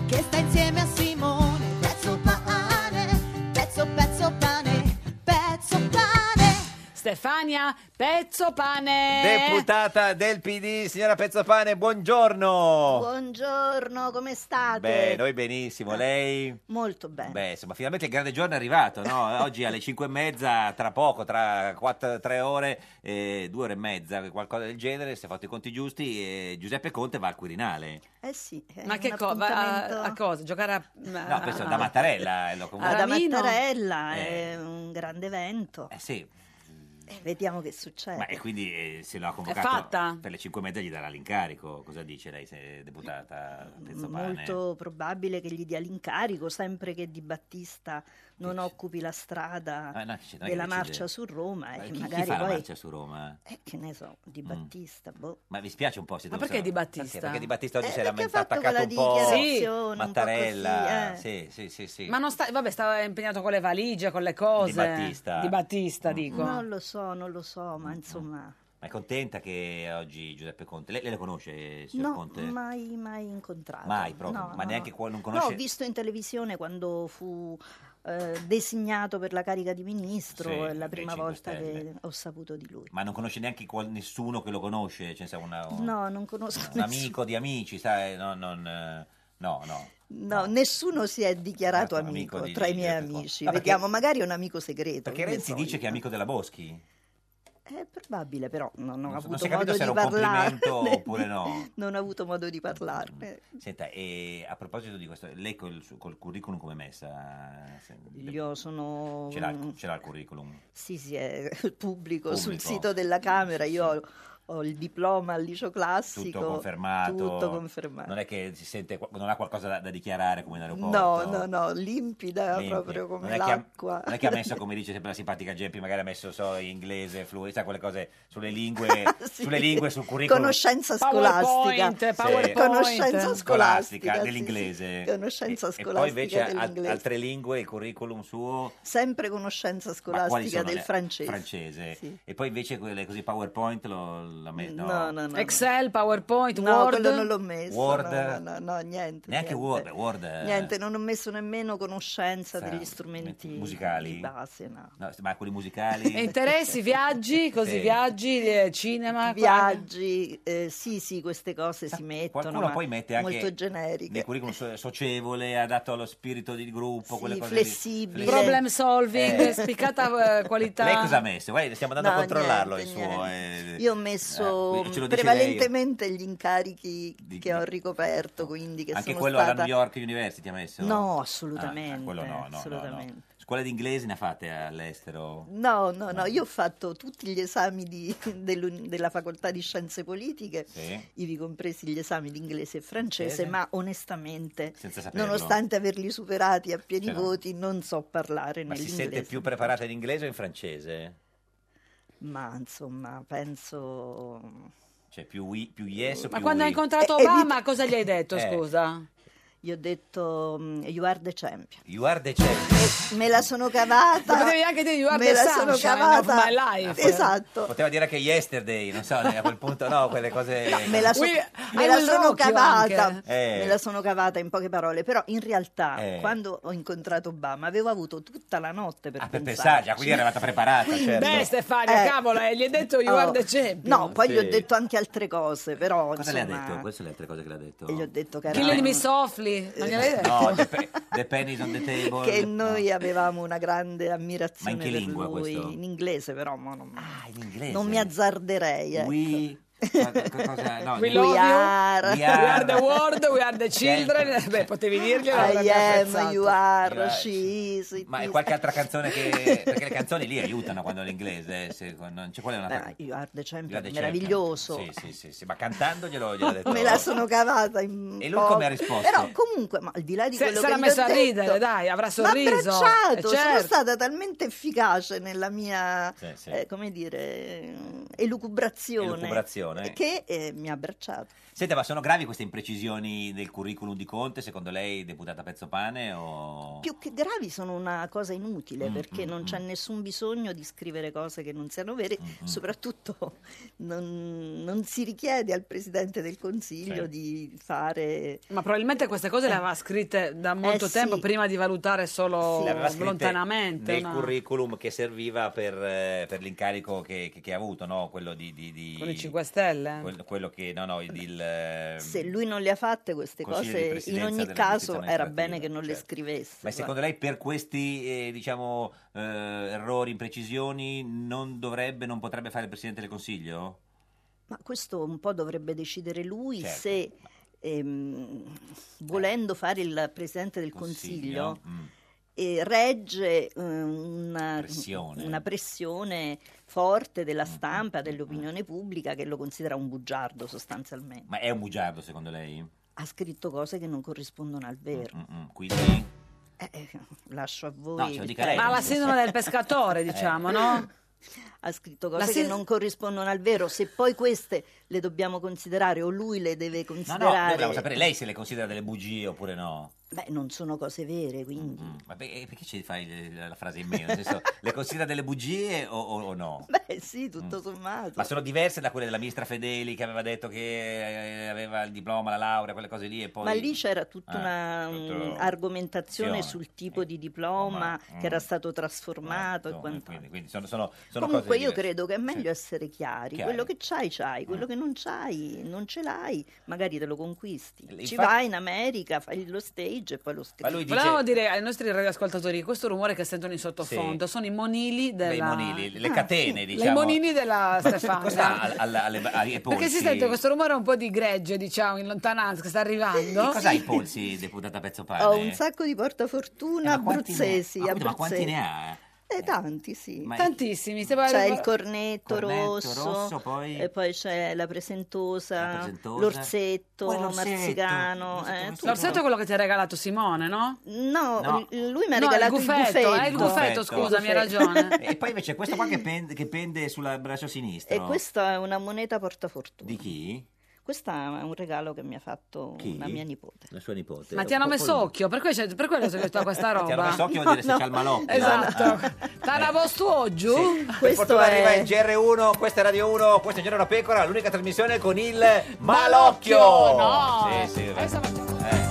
S10: che sta insieme a Simone, pezzo pane, pezzo pezzo pane, pezzo pane.
S1: Stefania Pezzo Pane.
S2: Deputata del PD, signora Pezzopane, buongiorno.
S13: Buongiorno, come state?
S2: Beh, noi benissimo, lei?
S13: Molto bene.
S2: Beh, insomma, finalmente il grande giorno è arrivato, no? Oggi alle 5 e mezza, tra poco, tra 4, 3 ore, eh, 2 ore e mezza, qualcosa del genere, se ho fatto i conti giusti, eh, Giuseppe Conte va al Quirinale.
S13: Eh sì, è
S1: Ma
S13: un
S1: che cosa?
S13: appuntamento-
S1: A, a cosa? Giocare a...
S2: No, questo da Mattarella, eh, lo comunque.
S13: Ah, da
S1: Ramino?
S13: Mattarella,
S2: Eh.
S13: è un grande evento.
S2: Eh sì,
S13: Eh, Vediamo che succede.
S2: ma e quindi eh, se lo ha convocato
S13: fatta?
S2: per le 5 e mezza gli darà l'incarico, cosa dice lei se è deputata Pezzopane?
S13: Molto probabile che gli dia l'incarico, sempre che Di Battista non occupi la strada
S2: Ah, no, chi c'è? Non è che
S13: della
S2: decide.
S13: marcia su Roma
S2: Ma chi,
S13: e che
S2: chi
S13: eh, magari
S2: fa la
S13: poi...
S2: marcia Mm. su Roma?
S13: Eh, che ne so, Di Battista, boh.
S2: Ma vi spiace un po' se
S1: Ma
S2: devo
S1: perché
S2: stare-
S1: Di Battista?
S2: Perché Di Battista oggi
S13: Eh,
S2: si era
S13: perché ha
S2: menta-
S13: fatto
S2: attaccato un
S13: quella
S2: po'
S13: dichiarazione un po'
S2: Mattarella.
S13: così,
S2: Sì,
S13: eh.
S2: sì, sì, sì.
S1: Ma non sta... Vabbè, stava impegnato con le valigie, con le cose.
S2: Di Battista.
S1: Di Battista, dico.
S13: Non lo so, non lo so,
S2: Mm,
S13: ma insomma...
S2: Ma è contenta che oggi Giuseppe Conte. Lei, lei lo conosce, signor
S13: No,
S2: Conte?
S13: mai, mai incontrato.
S2: Mai proprio,
S13: No,
S2: ma
S13: no,
S2: neanche
S13: no.
S2: qua- non
S13: No,
S2: conosce-
S13: ho visto in televisione quando fu eh, designato per la carica di ministro,
S2: Sì,
S13: è
S2: dei
S13: la prima
S2: Cinque
S13: volta
S2: Stelle.
S13: che ho saputo di lui.
S2: Ma non conosce neanche qual- nessuno che lo conosce? Cioè, sa, una- un,
S13: No, non conosco
S2: un
S13: nessuno.
S2: amico di amici, sai? No, non, eh, no, no.
S13: No, nessuno si è dichiarato
S2: Ecco,
S13: amico,
S2: amico di-
S13: tra i
S2: di
S13: miei
S2: Giuseppe
S13: amici.
S2: Ma perché-
S13: Vediamo, magari è un amico segreto.
S2: Perché
S13: che ne
S2: Renzi
S13: so
S2: dice
S13: io.
S2: che è amico della Boschi?
S13: È probabile, però non
S2: Non,
S13: ho
S2: so-
S13: avuto
S2: non si è
S13: modo
S2: capito se era
S13: di
S2: un
S13: parlarne.
S2: complimento oppure no.
S13: Non ho avuto modo di parlarne.
S2: Senta, e a proposito di questo, lei col, suo- col curriculum come è messa? Se-
S13: Io sono...
S2: Ce l'ha, il cu- ce l'ha il curriculum?
S13: Sì, sì, è pubblico,
S2: Pubblico.
S13: sul sito della Camera. Io ho ho il diploma al liceo classico.
S2: tutto confermato.
S13: Tutto confermato.
S2: Non è che si sente, non ha qualcosa da, da dichiarare come in aeroporto.
S13: No, no, no, limpida
S2: Limpida.
S13: proprio come
S2: Non è che ha-
S13: l'acqua.
S2: Non è che ha messo, come dice sempre la simpatica Geppi, magari ha messo so, inglese, fluenza, quelle cose sulle lingue,
S13: Sì.
S2: sulle lingue sul curriculum.
S13: Conoscenza
S1: PowerPoint,
S13: scolastica.
S2: PowerPoint.
S13: Conoscenza scolastica. sì,
S2: dell'inglese.
S13: sì, Conoscenza
S2: E
S13: scolastica
S2: poi invece al-
S13: dell'inglese.
S2: altre lingue, il curriculum suo...
S13: Sempre conoscenza
S2: ma quali
S13: scolastica
S2: sono?
S13: del
S2: Le-
S13: francese.
S2: francese.
S13: Sì.
S2: E poi invece quelle così PowerPoint lo, la me- no.
S1: Excel, PowerPoint,
S13: No,
S1: Word.
S13: quello non l'ho messo.
S2: Word.
S13: No, no, no, no, niente.
S2: Neanche Word,
S13: niente.
S2: Word, eh,
S13: Niente, non ho messo nemmeno conoscenza
S2: Sa-
S13: degli strumenti
S2: musicali?
S13: di base, no.
S2: No, ma quelli musicali.
S1: E interessi, viaggi, così
S2: Sì.
S1: viaggi, eh, cinema,
S13: Viaggi, eh, sì, sì, queste cose si mettono.
S2: Ah, Qualcuno
S13: ma
S2: poi mette anche
S13: molto generiche.
S2: nel curriculum so- socievole, adatto allo spirito di gruppo,
S13: Sì,
S2: quelle cose lì.
S13: flessibile.
S2: Flessibile.
S1: problem solving,
S2: Eh.
S1: spiccata eh, qualità.
S2: Lei cosa ha messo? Guarda, stiamo andando
S13: No,
S2: a controllarlo
S13: niente,
S2: il suo. eh.
S13: Io ho messo
S2: Eh, ce lo dice
S13: prevalentemente gli incarichi che ho ricoperto, quindi che
S2: Anche
S13: sono
S2: quello
S13: stata...
S2: alla New York University ha messo?
S13: No,
S2: Ah, ah,
S13: assolutamente,
S2: quello no, no, no, no.
S13: assolutamente.
S2: Scuole di inglese ne ha fatte all'estero?
S13: No, no, no, io ho fatto tutti gli esami di- dell'uni- della facoltà di scienze politiche,
S2: Sì.
S13: ivi compresi gli esami di inglese e francese,
S2: Francese.
S13: ma onestamente,
S2: Senza saperlo.
S13: nonostante averli superati a pieni
S2: Cioè, no.
S13: voti, non so parlare
S2: Ma si
S13: nell'inglese.
S2: sente più preparata in inglese o in francese?
S13: Ma insomma, penso...
S2: Cioè più, we- più yes o più
S1: Ma quando hai
S2: we?
S1: incontrato
S13: Eh, eh,
S1: Obama, cosa gli hai detto,
S2: Eh.
S1: scusa?
S13: Io ho detto mm, you are the champion.
S2: You are the champion.
S13: Me la sono cavata.
S1: Potevi anche dire, "You are
S13: Me
S1: the
S13: la sono
S1: sunshine
S13: cavata.
S1: of my life."
S13: Esatto.
S2: Poteva dire anche yesterday, non so, a quel punto no, quelle cose...
S13: Me la, so-
S1: We-
S13: me
S1: I
S13: la
S1: will
S13: sono
S1: rock you
S13: cavata,
S1: anche.
S2: Eh.
S13: me la sono cavata in poche parole, però in realtà
S2: Eh.
S13: quando ho incontrato Obama avevo avuto tutta la notte per,
S2: Ah, per
S13: pensarci.
S2: pensarci, ah, quindi era arrivata preparata, certo.
S1: Beh, Stefania,
S13: Eh.
S1: cavolo, eh, gli hai detto you
S13: Oh,
S1: are the champion.
S13: No, poi gli ho
S2: Sì.
S13: detto anche altre cose, però
S2: Cosa le ha
S13: insomma,
S2: detto? Queste sono le altre cose che le ha detto?
S13: e gli ho detto che,
S1: Killing
S13: eravamo- Eh.
S1: me softly, non gliel'hai detto?
S2: No, the, pe- the pennies on the table.
S13: che
S2: No.
S13: noi avevamo una grande ammirazione
S2: Ma in che
S13: per
S2: lingua
S13: lui,
S2: questo?
S13: in inglese però, mo non,
S2: Ah, in inglese.
S13: non mi azzarderei. ecco.
S2: We... co- co- cosa- no,
S1: We
S2: in-
S1: love
S13: We
S1: you,
S13: are-
S1: we are the world, we are the children.
S2: Certo.
S1: Beh, potevi dirglielo.
S13: I
S1: l'avrebbe apprezzato.
S13: am, you are,
S2: You are,
S13: she is, it
S2: Ma è
S13: is.
S2: qualche altra canzone che... Perché le canzoni lì aiutano quando è l'inglese. eh, se- non c'è quella è un'altra...
S13: Ah, you are the champion,
S2: You are the champion.
S13: meraviglioso.
S2: Sì, sì, sì, sì, ma cantando glielo, glielo ha detto...
S13: Me la sono cavata in
S2: E lui
S13: po-
S2: come ha risposto?
S13: Però comunque, ma al di là di
S1: Se-
S13: quello
S1: sarà
S13: che gli ho
S1: messa a
S13: detto,
S1: ridere, dai, avrà
S13: M'ha
S1: sorriso.
S13: abbracciato,
S1: Eh,
S13: sono
S1: certo.
S13: stata talmente efficace nella mia,
S2: Sì, sì.
S13: eh, come dire, eh, elucubrazione,
S2: Elucubrazione.
S13: che eh, mi ha abbracciato.
S2: Senta, ma sono gravi queste imprecisioni del curriculum di Conte, secondo lei, deputata Pezzopane? O...
S13: Più che gravi sono una cosa inutile
S2: Mm,
S13: perché
S2: mm,
S13: non c'è
S2: mm.
S13: nessun bisogno di scrivere cose che non siano vere,
S2: Mm, mm.
S13: soprattutto non, non si richiede al Presidente del Consiglio
S2: Sì.
S13: di fare...
S1: Ma probabilmente queste cose le aveva scritte da molto
S13: Eh, sì.
S1: tempo prima di valutare solo
S2: Le aveva scritte
S1: lontanamente.
S2: nel
S1: no?
S2: curriculum che serviva per, eh, per l'incarico che, che- che ha avuto, no? Quello di... di- di-
S1: Con i 5 Stelle.
S2: Quello, quello che... No, no, il... il, eh,
S13: Se lui non le ha fatte queste
S2: Consiglio di
S13: cose, in
S2: Presidenza
S13: ogni
S2: della
S13: caso
S2: giustizia
S13: era
S2: amministrativa,
S13: bene che non le
S2: certo.
S13: scrivesse.
S2: Ma secondo lei per questi, eh, diciamo, eh, errori, imprecisioni, non dovrebbe, non potrebbe fare il Presidente del Consiglio?
S13: Ma questo un po' dovrebbe decidere lui
S2: Certo.
S13: se, ehm, volendo fare il Presidente del Consiglio,
S2: Mm.
S13: eh, regge eh, una
S2: Pressione. Mm,
S13: una pressione forte della stampa, dell'opinione pubblica che lo considera un bugiardo sostanzialmente.
S2: Ma è un bugiardo, secondo lei?
S13: Ha scritto cose che non corrispondono al vero.
S2: Mm, mm, Quindi...
S13: Eh, eh, lascio a voi.
S2: No, ce lo dica lei. Eh.
S1: Ma la
S2: Sì.
S1: sindrome del pescatore, diciamo, no?
S13: ha scritto
S1: La
S13: cose
S1: sin-
S13: che non corrispondono al vero. Se poi queste le dobbiamo considerare o lui le deve
S2: No, no, noi
S13: considerare,
S2: volevamo sapere lei se le considera delle bugie oppure no.
S13: beh, non sono cose vere, quindi.
S2: Mm, ma pe- perché ci fai le- la frase in meno? Nel senso, le considera delle bugie o, o- o no?
S13: Beh, sì, tutto sommato.
S2: Mm. Ma sono diverse da quelle della ministra Fedeli che aveva detto che eh, aveva il diploma, la laurea, quelle cose lì e poi...
S13: Ma lì c'era tutta
S2: Ah,
S13: una
S2: tutto-
S13: mm, argomentazione
S2: Azione.
S13: sul tipo di diploma
S2: Eh, Ma-
S13: che era
S2: mm.
S13: stato trasformato e
S2: Insomma,
S13: quant'altro.
S2: Quindi, quindi sono, sono, sono
S13: Comunque
S2: cose
S13: io
S2: diverse.
S13: credo che è meglio
S2: Sì.
S13: essere chiari.
S2: Chiari. Mm.
S13: Quello che c'hai, c'hai. Quello che non c'hai, non ce l'hai. Magari te lo conquisti.
S2: Infatti-
S13: Ci vai in America, fai lo stage e poi lo scrivi.
S2: Ma lui dice...
S1: Volevamo dire ai nostri radioascoltatori questo rumore che sentono in sottofondo sono i monili
S2: beh, i
S1: della...
S2: monili, le
S13: Ah,
S2: catene,
S13: sì.
S2: diciamo.
S1: I monili della
S2: Cosa
S1: Stefania.
S2: ha al- alle- ai polsi?
S1: Perché si sente questo rumore un po' di gregge, diciamo, in lontananza, che sta arrivando.
S2: Cosa ha i polsi, deputata Pezzopane?
S13: Ho un sacco di portafortuna
S2: Eh, ma quanti ne-
S13: abruzzesi.
S2: ma, appunto, ma quanti
S13: abruzzesi.
S2: ne ha?
S13: Eh, tanti, sì.
S2: Ma-
S1: Tantissimi. se
S13: C'è
S1: vai-
S13: il cornetto,
S2: Cornetto
S13: rosso,
S2: rosso, poi-
S13: e poi c'è la presentosa,
S2: La presentosa.
S13: l'orsetto,
S1: Poi l'orsetto,
S13: marzicano. eh, tutto.
S1: L'orsetto è quello che ti ha regalato Simone, no?
S13: No,
S2: No.
S13: l- lui mi ha
S1: No,
S13: regalato
S1: il guffetto. eh, il guffetto, scusa, mi hai ragione.
S2: e poi invece questo qua che pende, che pende sul braccio sinistro.
S13: E questa è una moneta portafortuna.
S2: Di chi?
S13: Questa è un regalo che mi ha fatto
S2: Chi?
S13: una mia nipote.
S2: La sua nipote.
S1: Ma ti hanno messo occhio, per, cui c'è- per quello c'è tutta questa roba.
S2: Ti hanno messo occhio vuol dire se c'è il malocchio. Ah,
S1: Esatto. T'hanno vostro oggi?
S2: Per fortuna arriva in GR1, questa è Radio 1, questa è Genera una Pecora, l'unica trasmissione con il malocchio.
S1: No.
S2: Sì, sì, vabbè. Eh.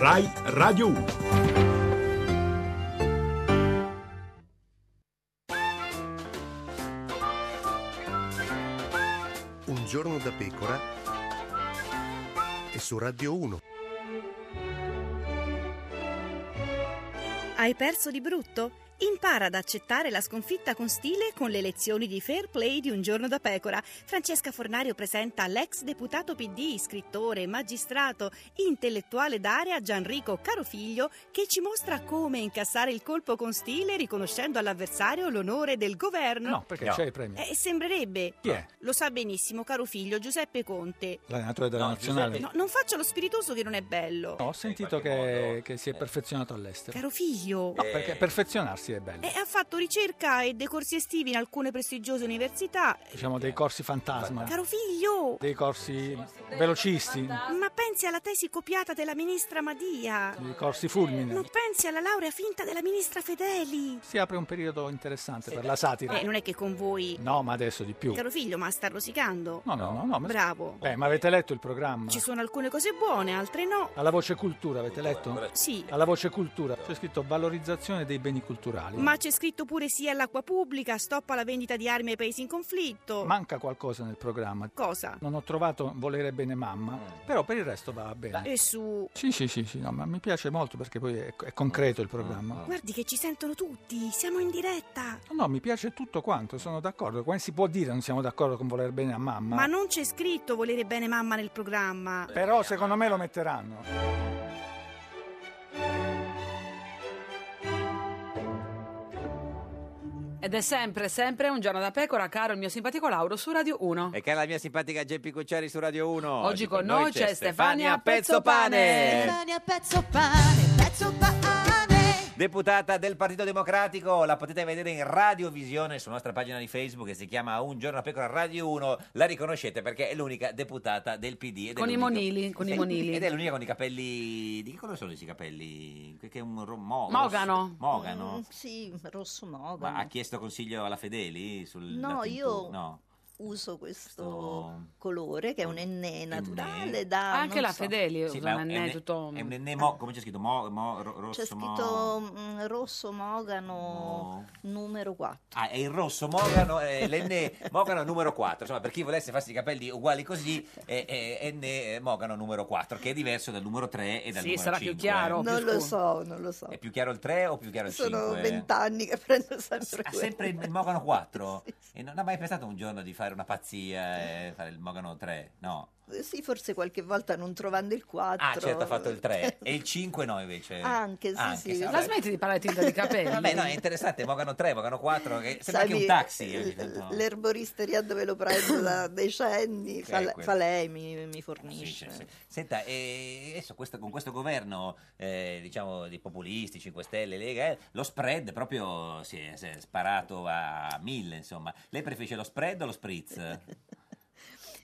S14: Rai Radio 1.
S11: Un giorno da pecora e su Radio 1.
S12: Hai perso di brutto? Impara ad accettare la sconfitta con stile con le lezioni di fair play di un giorno da pecora. Francesca Fornario presenta l'ex deputato PD, scrittore, magistrato, intellettuale d'area Gianrico Carofiglio, che ci mostra come incassare il colpo con stile riconoscendo all'avversario l'onore del governo.
S15: No, perché No. c'è il premio.
S12: Eh, sembrerebbe.
S15: Chi è?
S12: Lo sa benissimo Carofiglio Giuseppe Conte.
S15: L'allenatore della nazionale.
S12: No, non faccia lo spiritoso che non è bello.
S15: Ho sentito
S12: eh,
S15: che, che si è perfezionato all'estero.
S12: Caro figlio.
S15: No,
S12: Eh.
S15: perché perfezionarsi è bello.
S12: E ha fatto ricerca e dei corsi estivi in alcune prestigiose università.
S15: Diciamo
S12: eh,
S15: dei corsi fantasma.
S12: Caro figlio,
S15: Dei corsi velocisti.
S12: ma pensi alla tesi copiata della ministra Madia?
S15: Dei corsi fulmini.
S12: Non pensi alla laurea finta della ministra Fedeli?
S15: Si apre un periodo interessante per la satira.
S12: Eh, non è che con voi.
S15: No, ma adesso di più.
S12: Caro figlio, ma sta rosicando.
S15: No, no, no. no ma-
S12: Bravo.
S15: Beh, ma avete letto il programma?
S12: Ci sono alcune cose buone, altre no.
S15: Alla voce cultura, avete letto?
S12: Sì.
S15: Alla voce cultura c'è scritto valorizzazione dei beni culturali.
S12: Ma c'è scritto pure sì all'acqua pubblica, stop alla vendita di armi ai paesi in conflitto.
S15: Manca qualcosa nel programma.
S12: Cosa?
S15: Non ho trovato volere bene mamma, però per il resto va bene.
S12: E su.
S15: Sì, sì, sì, sì, no, ma mi piace molto perché poi è, è concreto il programma.
S12: Guardi che ci sentono tutti, siamo in diretta.
S15: No, no, mi piace tutto quanto, sono d'accordo. Come si può dire non siamo d'accordo con voler bene a mamma?
S12: Ma non c'è scritto volere bene mamma nel programma.
S15: Però secondo me lo metteranno.
S1: Ed è sempre, sempre un giorno da pecora, caro il mio simpatico Lauro su Radio 1.
S2: E cara la mia simpatica Geppi Cucciari su Radio 1. Oggi,
S1: con noi c'è Stefania
S2: Pezzopane,
S10: Pane a pezzo pane, pezzo pane.
S2: deputata del Partito Democratico. La potete vedere in radiovisione sulla nostra pagina di Facebook che si chiama Un giorno a pecora Radio 1. La riconoscete perché è l'unica deputata del PD. ed è
S1: Con i
S2: l'unica-
S1: monili, con i
S2: Sì,
S1: monili.
S2: Ed è l'unica con i capelli. Di che colore sono questi capelli? Che che è un ro- mo-
S1: Mogano.
S2: Mogano.
S13: Mm, sì, rosso mogano.
S2: Ma ha chiesto consiglio alla Fedeli? Sul,
S13: No,
S2: la tintu-
S13: io-
S2: No.
S13: Uso questo colore che è un ennè naturale. Da,
S1: Anche
S13: Ah, non
S1: la
S13: so.
S1: Fedeli
S2: Sì,
S1: usa
S2: ma è
S1: un
S2: un
S1: ennè
S2: enne-
S1: tutto...
S2: È un ennemo, come c'è scritto? Mo, mo- ro- rosso,
S13: C'è
S2: mo-
S13: scritto mm, rosso mogano numero 4.
S2: Ah, è il rosso Mogano, eh, l'enne Mogano numero 4. Insomma, per chi volesse farsi i capelli uguali così, è, è enne Mogano numero 4, che è diverso dal numero 3 e dal
S1: Sì,
S2: numero 5.
S1: sarà più chiaro, più
S13: Non lo so, non lo so.
S2: È più chiaro il 3 o più chiaro il
S13: Sono
S2: 5?
S13: vent'anni che prendo sempre
S2: Ha
S13: quello.
S2: sempre il Mogano 4? E non ha mai pensato un giorno di fare una pazzia e fare il Mogano 3? No.
S13: Eh, Sì, forse qualche volta non trovando il 4.
S2: Ah, certo, ha fatto il 3. E il 5 no, invece?
S13: Anche, sì, sì.
S1: La
S2: vabbè.
S1: smetti di parlare di tinta di capelli?
S2: Vabbè, no, è interessante, Mogano 3, Mogano 4, che sembra
S13: Sai,
S2: anche un taxi. ogni
S13: l-
S2: tanto.
S13: L'erboristeria dove lo prendo da decenni, fa,
S2: Eh,
S13: le-
S2: quello.
S13: fa lei, mi, mi
S2: Sì, sì,
S13: fornisce.
S2: sì. Senta, e adesso questo- con questo governo eh, diciamo di populisti, 5 Stelle, Lega, eh, lo spread proprio si è, si è sparato a mille, insomma. Lei preferisce lo spread o lo spritz?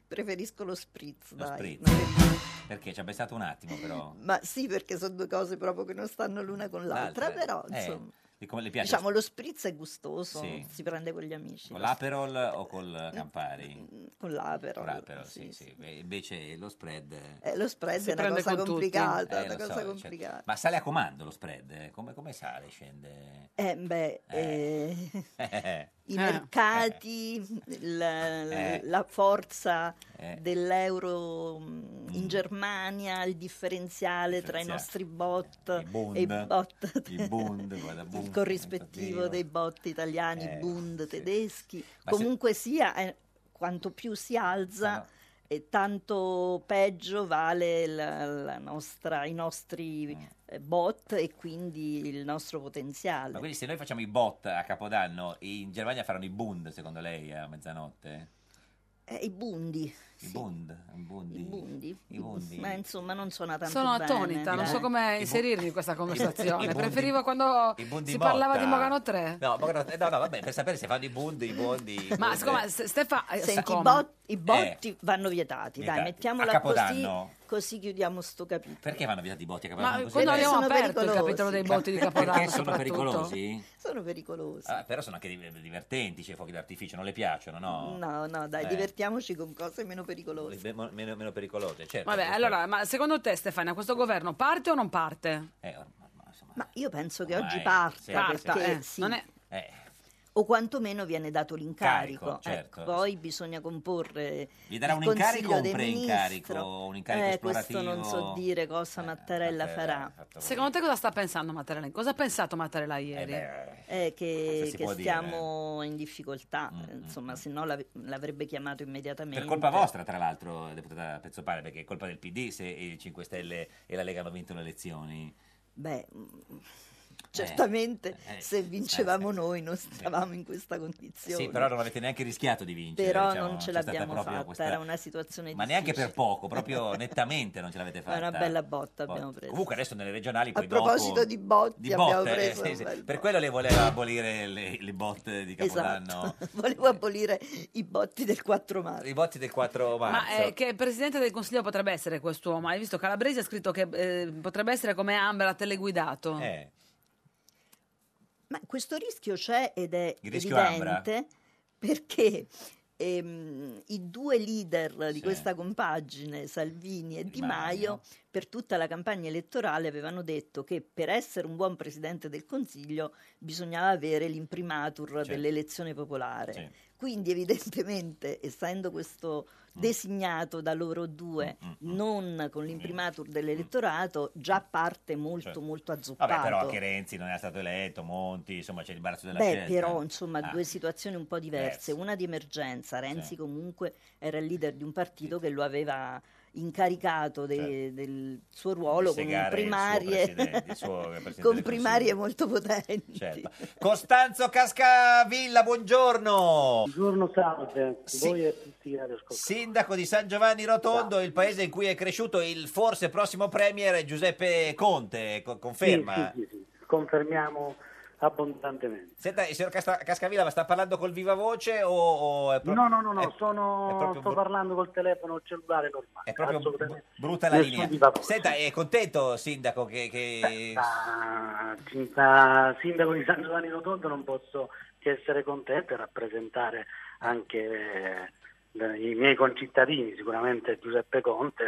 S13: Preferisco lo spritz,
S2: Lo
S13: dai.
S2: spritz.
S13: Ma che-
S2: Perché ci ha pensato un attimo però.
S13: Ma sì, perché sono due cose proprio che non stanno l'una con l'altra,
S2: L'altra,
S13: però
S2: eh,
S13: insomma.
S2: di come le piace?
S13: Diciamo, lo spritz è gustoso,
S2: Sì.
S13: si prende con gli amici.
S2: Con l'Aperol o
S13: Mm,
S2: col Campari?
S13: Con l'Aperol.
S2: Con l'Aperol, sì, sì. E Invece lo spread...
S13: Eh, lo spread
S1: Si
S13: è una
S1: prende
S13: cosa
S1: con tutti.
S13: complicata,
S2: Eh,
S13: una
S2: lo so,
S13: cosa
S2: certo.
S13: complicata.
S2: Ma sale a comando lo spread? eh? Come, come sale? Scende?
S13: Eh, beh,
S2: Eh.
S13: eh,
S2: Eh.
S13: i mercati, la,
S2: Eh.
S13: la forza
S2: Eh. Mm.
S13: dell'euro mh, in Germania, il differenziale tra
S2: Differenziale.
S13: i
S2: Eh,
S13: nostri bot
S2: Bund.
S13: e i bot,
S2: I Bund, guarda, Bund,
S13: il corrispettivo
S2: infatti,
S13: dei bot italiani,
S2: Eh,
S13: Bund tedeschi.
S2: Ma se- Ah,
S13: Comunque sia, eh, quanto più si alza, eh, tanto peggio vale la- la nostra- i nostri
S2: Mm.
S13: eh, bot e quindi il nostro potenziale.
S2: Ma quindi se noi facciamo i bot a Capodanno, in Germania faranno i Bund, secondo lei, a mezzanotte?
S13: Eh, I bundi.
S2: I Bund? I Bundi? I
S13: Bundi?
S2: I Bundi.
S13: Ma insomma non suona tanto
S1: Sono
S13: bene. eh.
S1: attonita, non
S13: dai.
S1: so come inserirmi in questa
S2: i
S1: conversazione.
S2: bondi-
S1: Preferivo quando
S2: I Bundi
S1: si parlava
S2: Motta.
S1: di Mogano 3.
S2: No, Mogano- eh, no, no, vabbè, per sapere se fanno i Bund, i Bondi. i
S1: Ma
S2: Bund.
S1: siccome S- Stefa, eh,
S13: Senti, i,
S1: siccome-
S13: bot- i botti vanno vietati,
S2: Vietati.
S13: dai,
S2: A
S13: mettiamola così,
S2: Capodanno?
S13: così chiudiamo sto capitolo.
S2: Perché vanno vietati i botti a Capodanno?
S13: Ma
S2: così?
S13: quando
S2: Perché
S13: abbiamo
S2: sono
S13: aperto il
S2: pericolosi?
S13: capitolo dei botti di
S2: Perché
S13: Capodanno
S2: sono
S13: soprattutto?
S2: pericolosi?
S13: Sono pericolosi.
S2: Ah, però sono anche di- divertenti, cioè fuochi d'artificio, non le piacciono, no?
S13: No, no, dai,
S2: Eh.
S13: divertiamoci con cose meno pericolose.
S2: Be- mo- Meno, meno pericolose, certo.
S1: Vabbè,
S2: Perché-
S1: allora, ma secondo te Stefania, questo governo parte o non parte?
S2: eh, or-
S13: Ma io penso che
S2: ormai-
S13: oggi parta,
S2: sì,
S13: perché
S1: Parta, eh,
S13: sì,
S1: non è-
S2: eh,
S13: o quantomeno viene dato l'incarico.
S2: Carico, certo.
S13: Ecco, poi bisogna comporre
S2: Gli darà
S13: il
S2: un incarico o
S13: Consiglio
S2: un
S13: dei
S2: preincarico?
S13: Ministri.
S2: Un incarico
S13: eh, questo non so
S2: esplorativo?
S13: dire
S2: Eh,
S13: cosa Mattarella farà.
S1: Secondo te cosa sta pensando Mattarella? Cosa ha pensato Mattarella ieri?
S13: Eh, che
S1: se si
S13: che
S1: può dire,
S13: stiamo in difficoltà, insomma, se no l'av- l'avrebbe chiamato immediatamente.
S2: Mm, Per colpa vostra, tra l'altro, deputata Pezzopane, perché è colpa del PD se i 5 Stelle e la Lega hanno vinto le elezioni.
S13: Beh, mm, certamente
S2: eh,
S13: se vincevamo noi non stavamo in questa condizione.
S2: Sì, però non avete neanche rischiato di vincere.
S13: Però
S2: diciamo,
S13: non ce
S2: c'è stata
S13: l'abbiamo
S2: proprio
S13: fatta,
S2: questa-
S13: era una situazione
S2: Ma
S13: difficile.
S2: neanche per poco, proprio nettamente non ce l'avete
S13: È
S2: fatta.
S13: una bella botta abbiamo preso.
S2: Comunque adesso nelle regionali poi
S13: A proposito
S2: dopo...
S13: di botti,
S2: di
S13: abbiamo
S2: botte, eh,
S13: preso
S2: sì,
S13: un
S2: sì.
S13: bel-
S2: Per quello le voleva abolire le, le botte di Capodanno.
S13: Esatto. Volevo abolire i botti del 4 marzo.
S2: I botti del 4 marzo.
S1: Ma eh, che presidente del consiglio potrebbe essere quest'uomo? Hai visto Calabresi ha scritto che eh, potrebbe essere come Ambra a teleguidato.
S2: Eh.
S13: Ma questo rischio c'è ed è
S1: Il rischio
S13: evidente perché ehm, i due leader di questa compagine, Salvini e Di Maio, per tutta la campagna elettorale avevano detto che per essere un buon presidente del Consiglio bisognava avere l'imprimatur dell'elezione popolare. Quindi evidentemente, essendo questo designato da loro due non con l'imprimatur dell'elettorato, già parte molto
S2: Certo.
S13: molto azzoppato.
S2: Vabbè, però anche Renzi non era stato eletto, Monti, insomma c'è l'imbarazzo della
S13: Beh,
S2: scelta.
S13: però insomma
S2: Ah.
S13: due situazioni un po' diverse. Una di emergenza, Renzi
S2: Sì.
S13: comunque era il leader di un partito che lo aveva incaricato de- del suo ruolo con
S2: Certo. segare il suo
S13: primarie,
S2: presidente, il suo presidente
S13: con
S2: del
S13: primarie molto potenti.
S2: Certo. Costanzo Cascavilla, buongiorno.
S14: Buongiorno salve,
S2: Sì.
S14: voi e tutti gli Esatto. ascoltatori.
S2: Sindaco di San Giovanni Rotondo, il paese in cui è cresciuto il forse prossimo premier Giuseppe Conte, co- conferma.
S14: Sì, sì, sì, sì, confermiamo abbondantemente.
S2: Senta, il signor Casta- Cascavilla, ma sta parlando col viva voce o, o è pro-
S14: No, no, no, no,
S2: è
S14: sono,
S2: proprio
S14: sto
S2: bru-
S14: parlando col telefono cellulare normale.
S2: è proprio
S14: assolutamente.
S2: brutta la
S14: Nessun
S2: linea?
S14: viva voce.
S2: Senta, è contento, sindaco, che... che-
S14: Ah, sin- da sindaco di San Giovanni Rotondo non posso che essere contento e rappresentare anche eh, i miei concittadini, sicuramente Giuseppe Conte,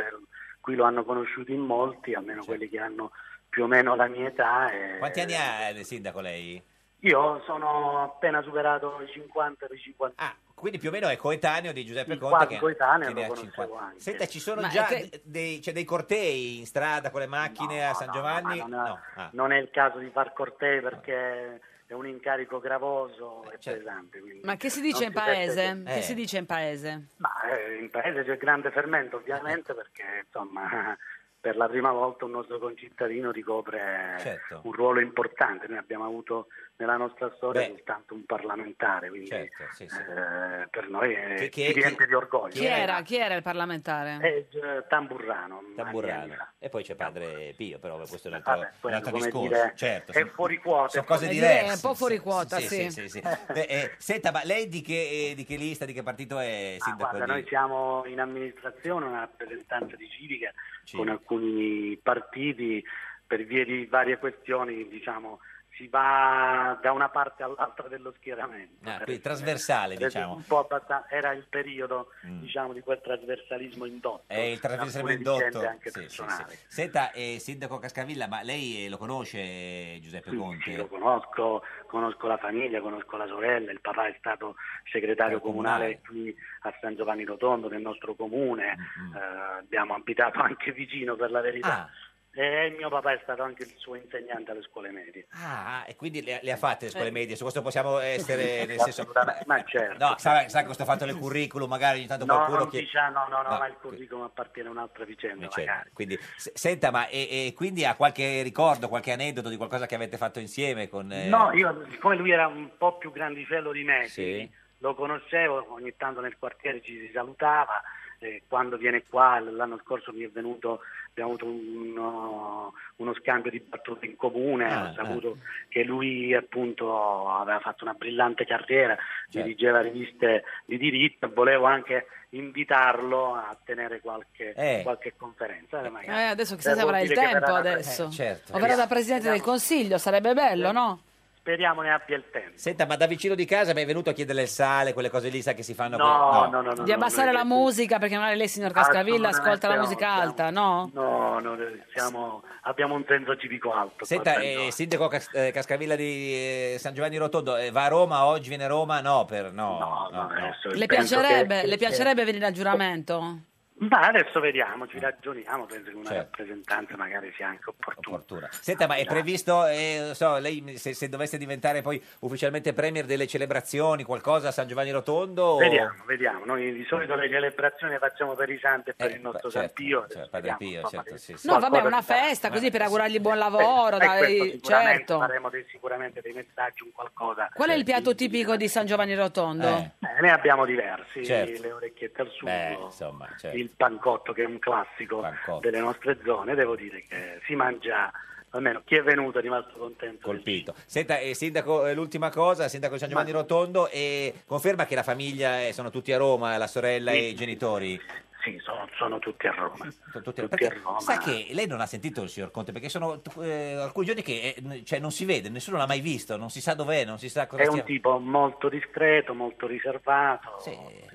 S14: qui lo hanno conosciuto in molti, almeno quelli che hanno più o meno la mia età. e-
S2: Quanti anni ha il sindaco lei?
S14: Io sono appena superato i 50 per i 50
S2: Quindi più o meno è coetaneo di Giuseppe Conte.
S14: quasi
S2: Ah, Che,
S14: coetaneo,
S2: che ne
S14: lo
S2: ha
S14: conoscevo
S2: 50.
S14: anche.
S2: Senta, ci sono
S14: Ma
S2: già
S14: è
S2: de- dei, c'è dei cortei in strada con le macchine a San Giovanni?
S14: no,
S2: No, ah.
S14: non è il caso di far cortei perché è un incarico gravoso
S2: Eh,
S14: e
S2: certo.
S14: pesante. quindi
S1: Ma che si dice
S14: non
S1: in
S14: deve
S1: paese?
S14: essere-
S1: Che si dice in paese?
S14: Ma, eh, in paese c'è grande fermento ovviamente perché insomma per la prima volta un nostro concittadino ricopre
S2: Certo.
S14: un ruolo importante. Noi abbiamo avuto nella nostra storia
S2: Beh.
S14: soltanto un parlamentare, quindi
S2: Certo, sì, sì.
S14: eh, per noi è,
S2: Chi- chi-
S14: ci riempie
S2: chi-
S14: di orgoglio.
S1: Chi era? Chi era il parlamentare?
S14: Eh, eh, Tamburrano.
S2: Tamburrano. E poi c'è padre Pio, però questo è un altro, un
S14: quello,
S2: altro
S14: come
S2: discorso.
S14: dire,
S2: certo,
S14: è
S2: sono-
S14: fuori quota.
S2: Sono cose
S14: Eh, direi,
S2: diverse.
S14: è un po' fuori quota, sì.
S2: sì, sì. Beh, eh, senta, ma lei di che, eh, di che lista, di che partito è
S14: Ah,
S2: sindaco?
S14: guarda,
S2: di-
S14: noi siamo in amministrazione, una rappresentanza di civica con alcuni partiti per via di varie questioni, diciamo, si va da una parte all'altra dello schieramento.
S2: Ah, quindi trasversale,
S14: Ed è
S2: diciamo.
S14: un po' abbastan- era il periodo diciamo, di quel trasversalismo indotto.
S2: È Eh, il traversale
S14: alcune vicende
S2: indotto.
S14: anche
S2: Sì, sì, sì.
S14: personali.
S2: Senta, eh, sindaco Cascavilla, ma lei eh, lo conosce eh, Giuseppe Conte?
S14: Lo conosco, conosco la famiglia, conosco la sorella, il papà è stato segretario comunale qui a San
S2: Mm, Ah.
S14: Giovanni Rotondo, nel nostro comune, Eh, abbiamo abitato anche vicino per la verità. E mio papà è stato anche il suo insegnante alle scuole medie.
S2: Ah, e quindi le, le ha fatte le scuole
S1: Eh.
S2: medie, su questo possiamo essere nel senso.
S14: Assolutamente, ma certo.
S2: No, sa, sa che questo fatto del curriculum, magari ogni tanto
S14: No,
S2: qualcuno
S14: non
S2: chiede.
S14: diciamo- no, no, no,
S2: No,
S14: ma il curriculum appartiene a un'altra vicenda,
S2: Cioè,
S14: magari.
S2: quindi, se- senta, ma e, e quindi ha qualche ricordo, qualche aneddoto di qualcosa che avete fatto insieme? Con, eh,
S14: No, io, siccome lui era un po' più grandicello di me,
S2: Sì.
S14: lo conoscevo, ogni tanto nel quartiere ci si salutava, eh, quando viene qua, l- l'anno scorso mi è venuto, abbiamo avuto uno, uno scambio di battute in comune,
S16: Ah,
S14: ho saputo che lui appunto aveva fatto una brillante carriera,
S16: Certo.
S14: dirigeva riviste di diritto, volevo anche invitarlo a tenere qualche,
S2: Eh.
S14: qualche conferenza. eh, magari.
S1: Eh, adesso chissà
S14: Eh,
S1: se
S14: vuol
S1: avrà il
S14: dire che
S1: tempo
S14: verrà-
S1: adesso.
S2: Eh, certo.
S1: O verrà da Presidente del Consiglio, sarebbe bello, no?
S14: Speriamo ne abbia il tempo.
S2: Senta, ma da vicino di casa mi è venuto a chiedere il sale, quelle cose lì, sa che si fanno.
S14: No, no, no, no,
S1: Di abbassare la musica, perché magari lei, signor Cascavilla, ascolta la
S14: Assolutamente
S1: musica
S14: no,
S1: alta, no?
S14: No, no, siamo- abbiamo un senso civico alto.
S2: Senta,
S14: guarda,
S2: eh, sindaco Cas- eh, Cascavilla di eh, San Giovanni Rotondo, eh, va a Roma oggi, viene a Roma? No, per, no, no, no.
S1: Le piacerebbe, le piacerebbe venire a giuramento?
S14: Ma adesso vediamo,
S2: Eh.
S14: ci ragioniamo, penso che una
S2: Certo.
S14: rappresentanza magari sia anche opportuna.
S2: Senta, ma è previsto, eh, non so, lei se, se dovesse diventare poi ufficialmente premier delle celebrazioni, qualcosa a San Giovanni Rotondo? o-
S14: Vediamo, vediamo. Noi di solito le celebrazioni le facciamo per i santi e per
S2: Eh,
S14: il nostro San
S2: certo,
S14: Pio. adesso
S2: Padre
S14: vediamo,
S2: Pio,
S14: insomma,
S2: certo, sì, sì.
S1: No, vabbè, una festa così per augurargli buon lavoro,
S14: eh,
S1: dai,
S14: questo sicuramente
S1: certo.
S14: faremo dei- sicuramente dei messaggi, un qualcosa.
S1: Qual è il piatto tipico di San Giovanni Rotondo?
S14: Eh, ne abbiamo diversi,
S2: Certo.
S14: le orecchiette al sugo,
S2: certo.
S14: il pancotto che è un classico delle nostre zone, devo dire che si mangia, almeno chi è venuto è rimasto contento.
S2: Colpito. Senta, eh, sindaco, eh, l'ultima cosa, sindaco di San Giovanni Rotondo, eh, conferma che la famiglia eh, sono tutti a Roma, la sorella e i genitori?
S14: Sì, sono, sono tutti a Roma.
S2: Tutti perché Sa che lei non ha sentito il signor Conte perché sono eh, alcuni giorni che eh, n- cioè, non si vede, nessuno l'ha mai visto, non si sa dov'è, non si sa cosa
S14: È
S2: stia-
S14: un tipo molto discreto, molto riservato,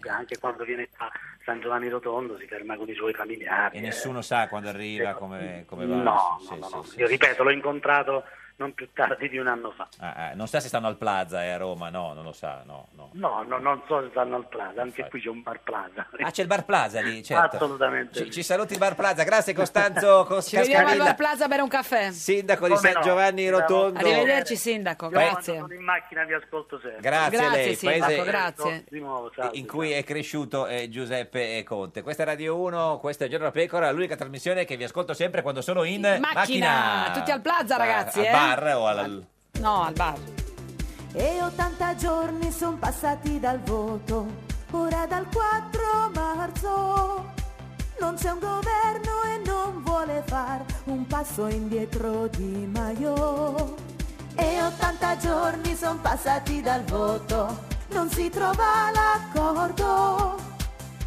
S14: anche quando viene a San Giovanni Rotondo si ferma con i suoi familiari. eh.
S2: e nessuno sa quando arriva, come, come va.
S14: No,
S2: Sì, sì, sì,
S14: Io
S2: sì.
S14: ripeto, l'ho incontrato non più tardi di un anno fa.
S2: Ah, ah, non sa se stanno al Plaza eh, a Roma, no, non lo sa, no, no.
S14: No, no, non so se stanno al Plaza, anche qui c'è un bar Plaza.
S2: Ah, c'è il Bar Plaza lì, certo.
S14: Assolutamente
S2: Ci, ci saluti il Bar Plaza, grazie Costanzo Cos-
S1: Ci vediamo al
S2: Cascarilla,
S1: Bar Plaza a bere un caffè.
S2: sindaco di San Giovanni Rotondo.
S1: Arrivederci, sindaco, grazie.
S14: in macchina vi ascolto sempre.
S2: Grazie, a lei, paese
S14: Di nuovo,
S2: in cui è cresciuto eh, Giuseppe Conte. Questa è Radio 1, questa è Giorno da Pecora, l'unica trasmissione che vi ascolto sempre quando sono in Eh, macchina.
S1: Tutti al plaza,
S2: Ah,
S1: ragazzi,
S2: al
S1: eh?
S2: bar o al...
S1: No, al bar.
S10: E 80 giorni sono passati dal voto, ora dal 4 marzo. Non c'è un governo e non vuole far un passo indietro di Maio. E 80 giorni sono passati dal voto, non si trova l'accordo.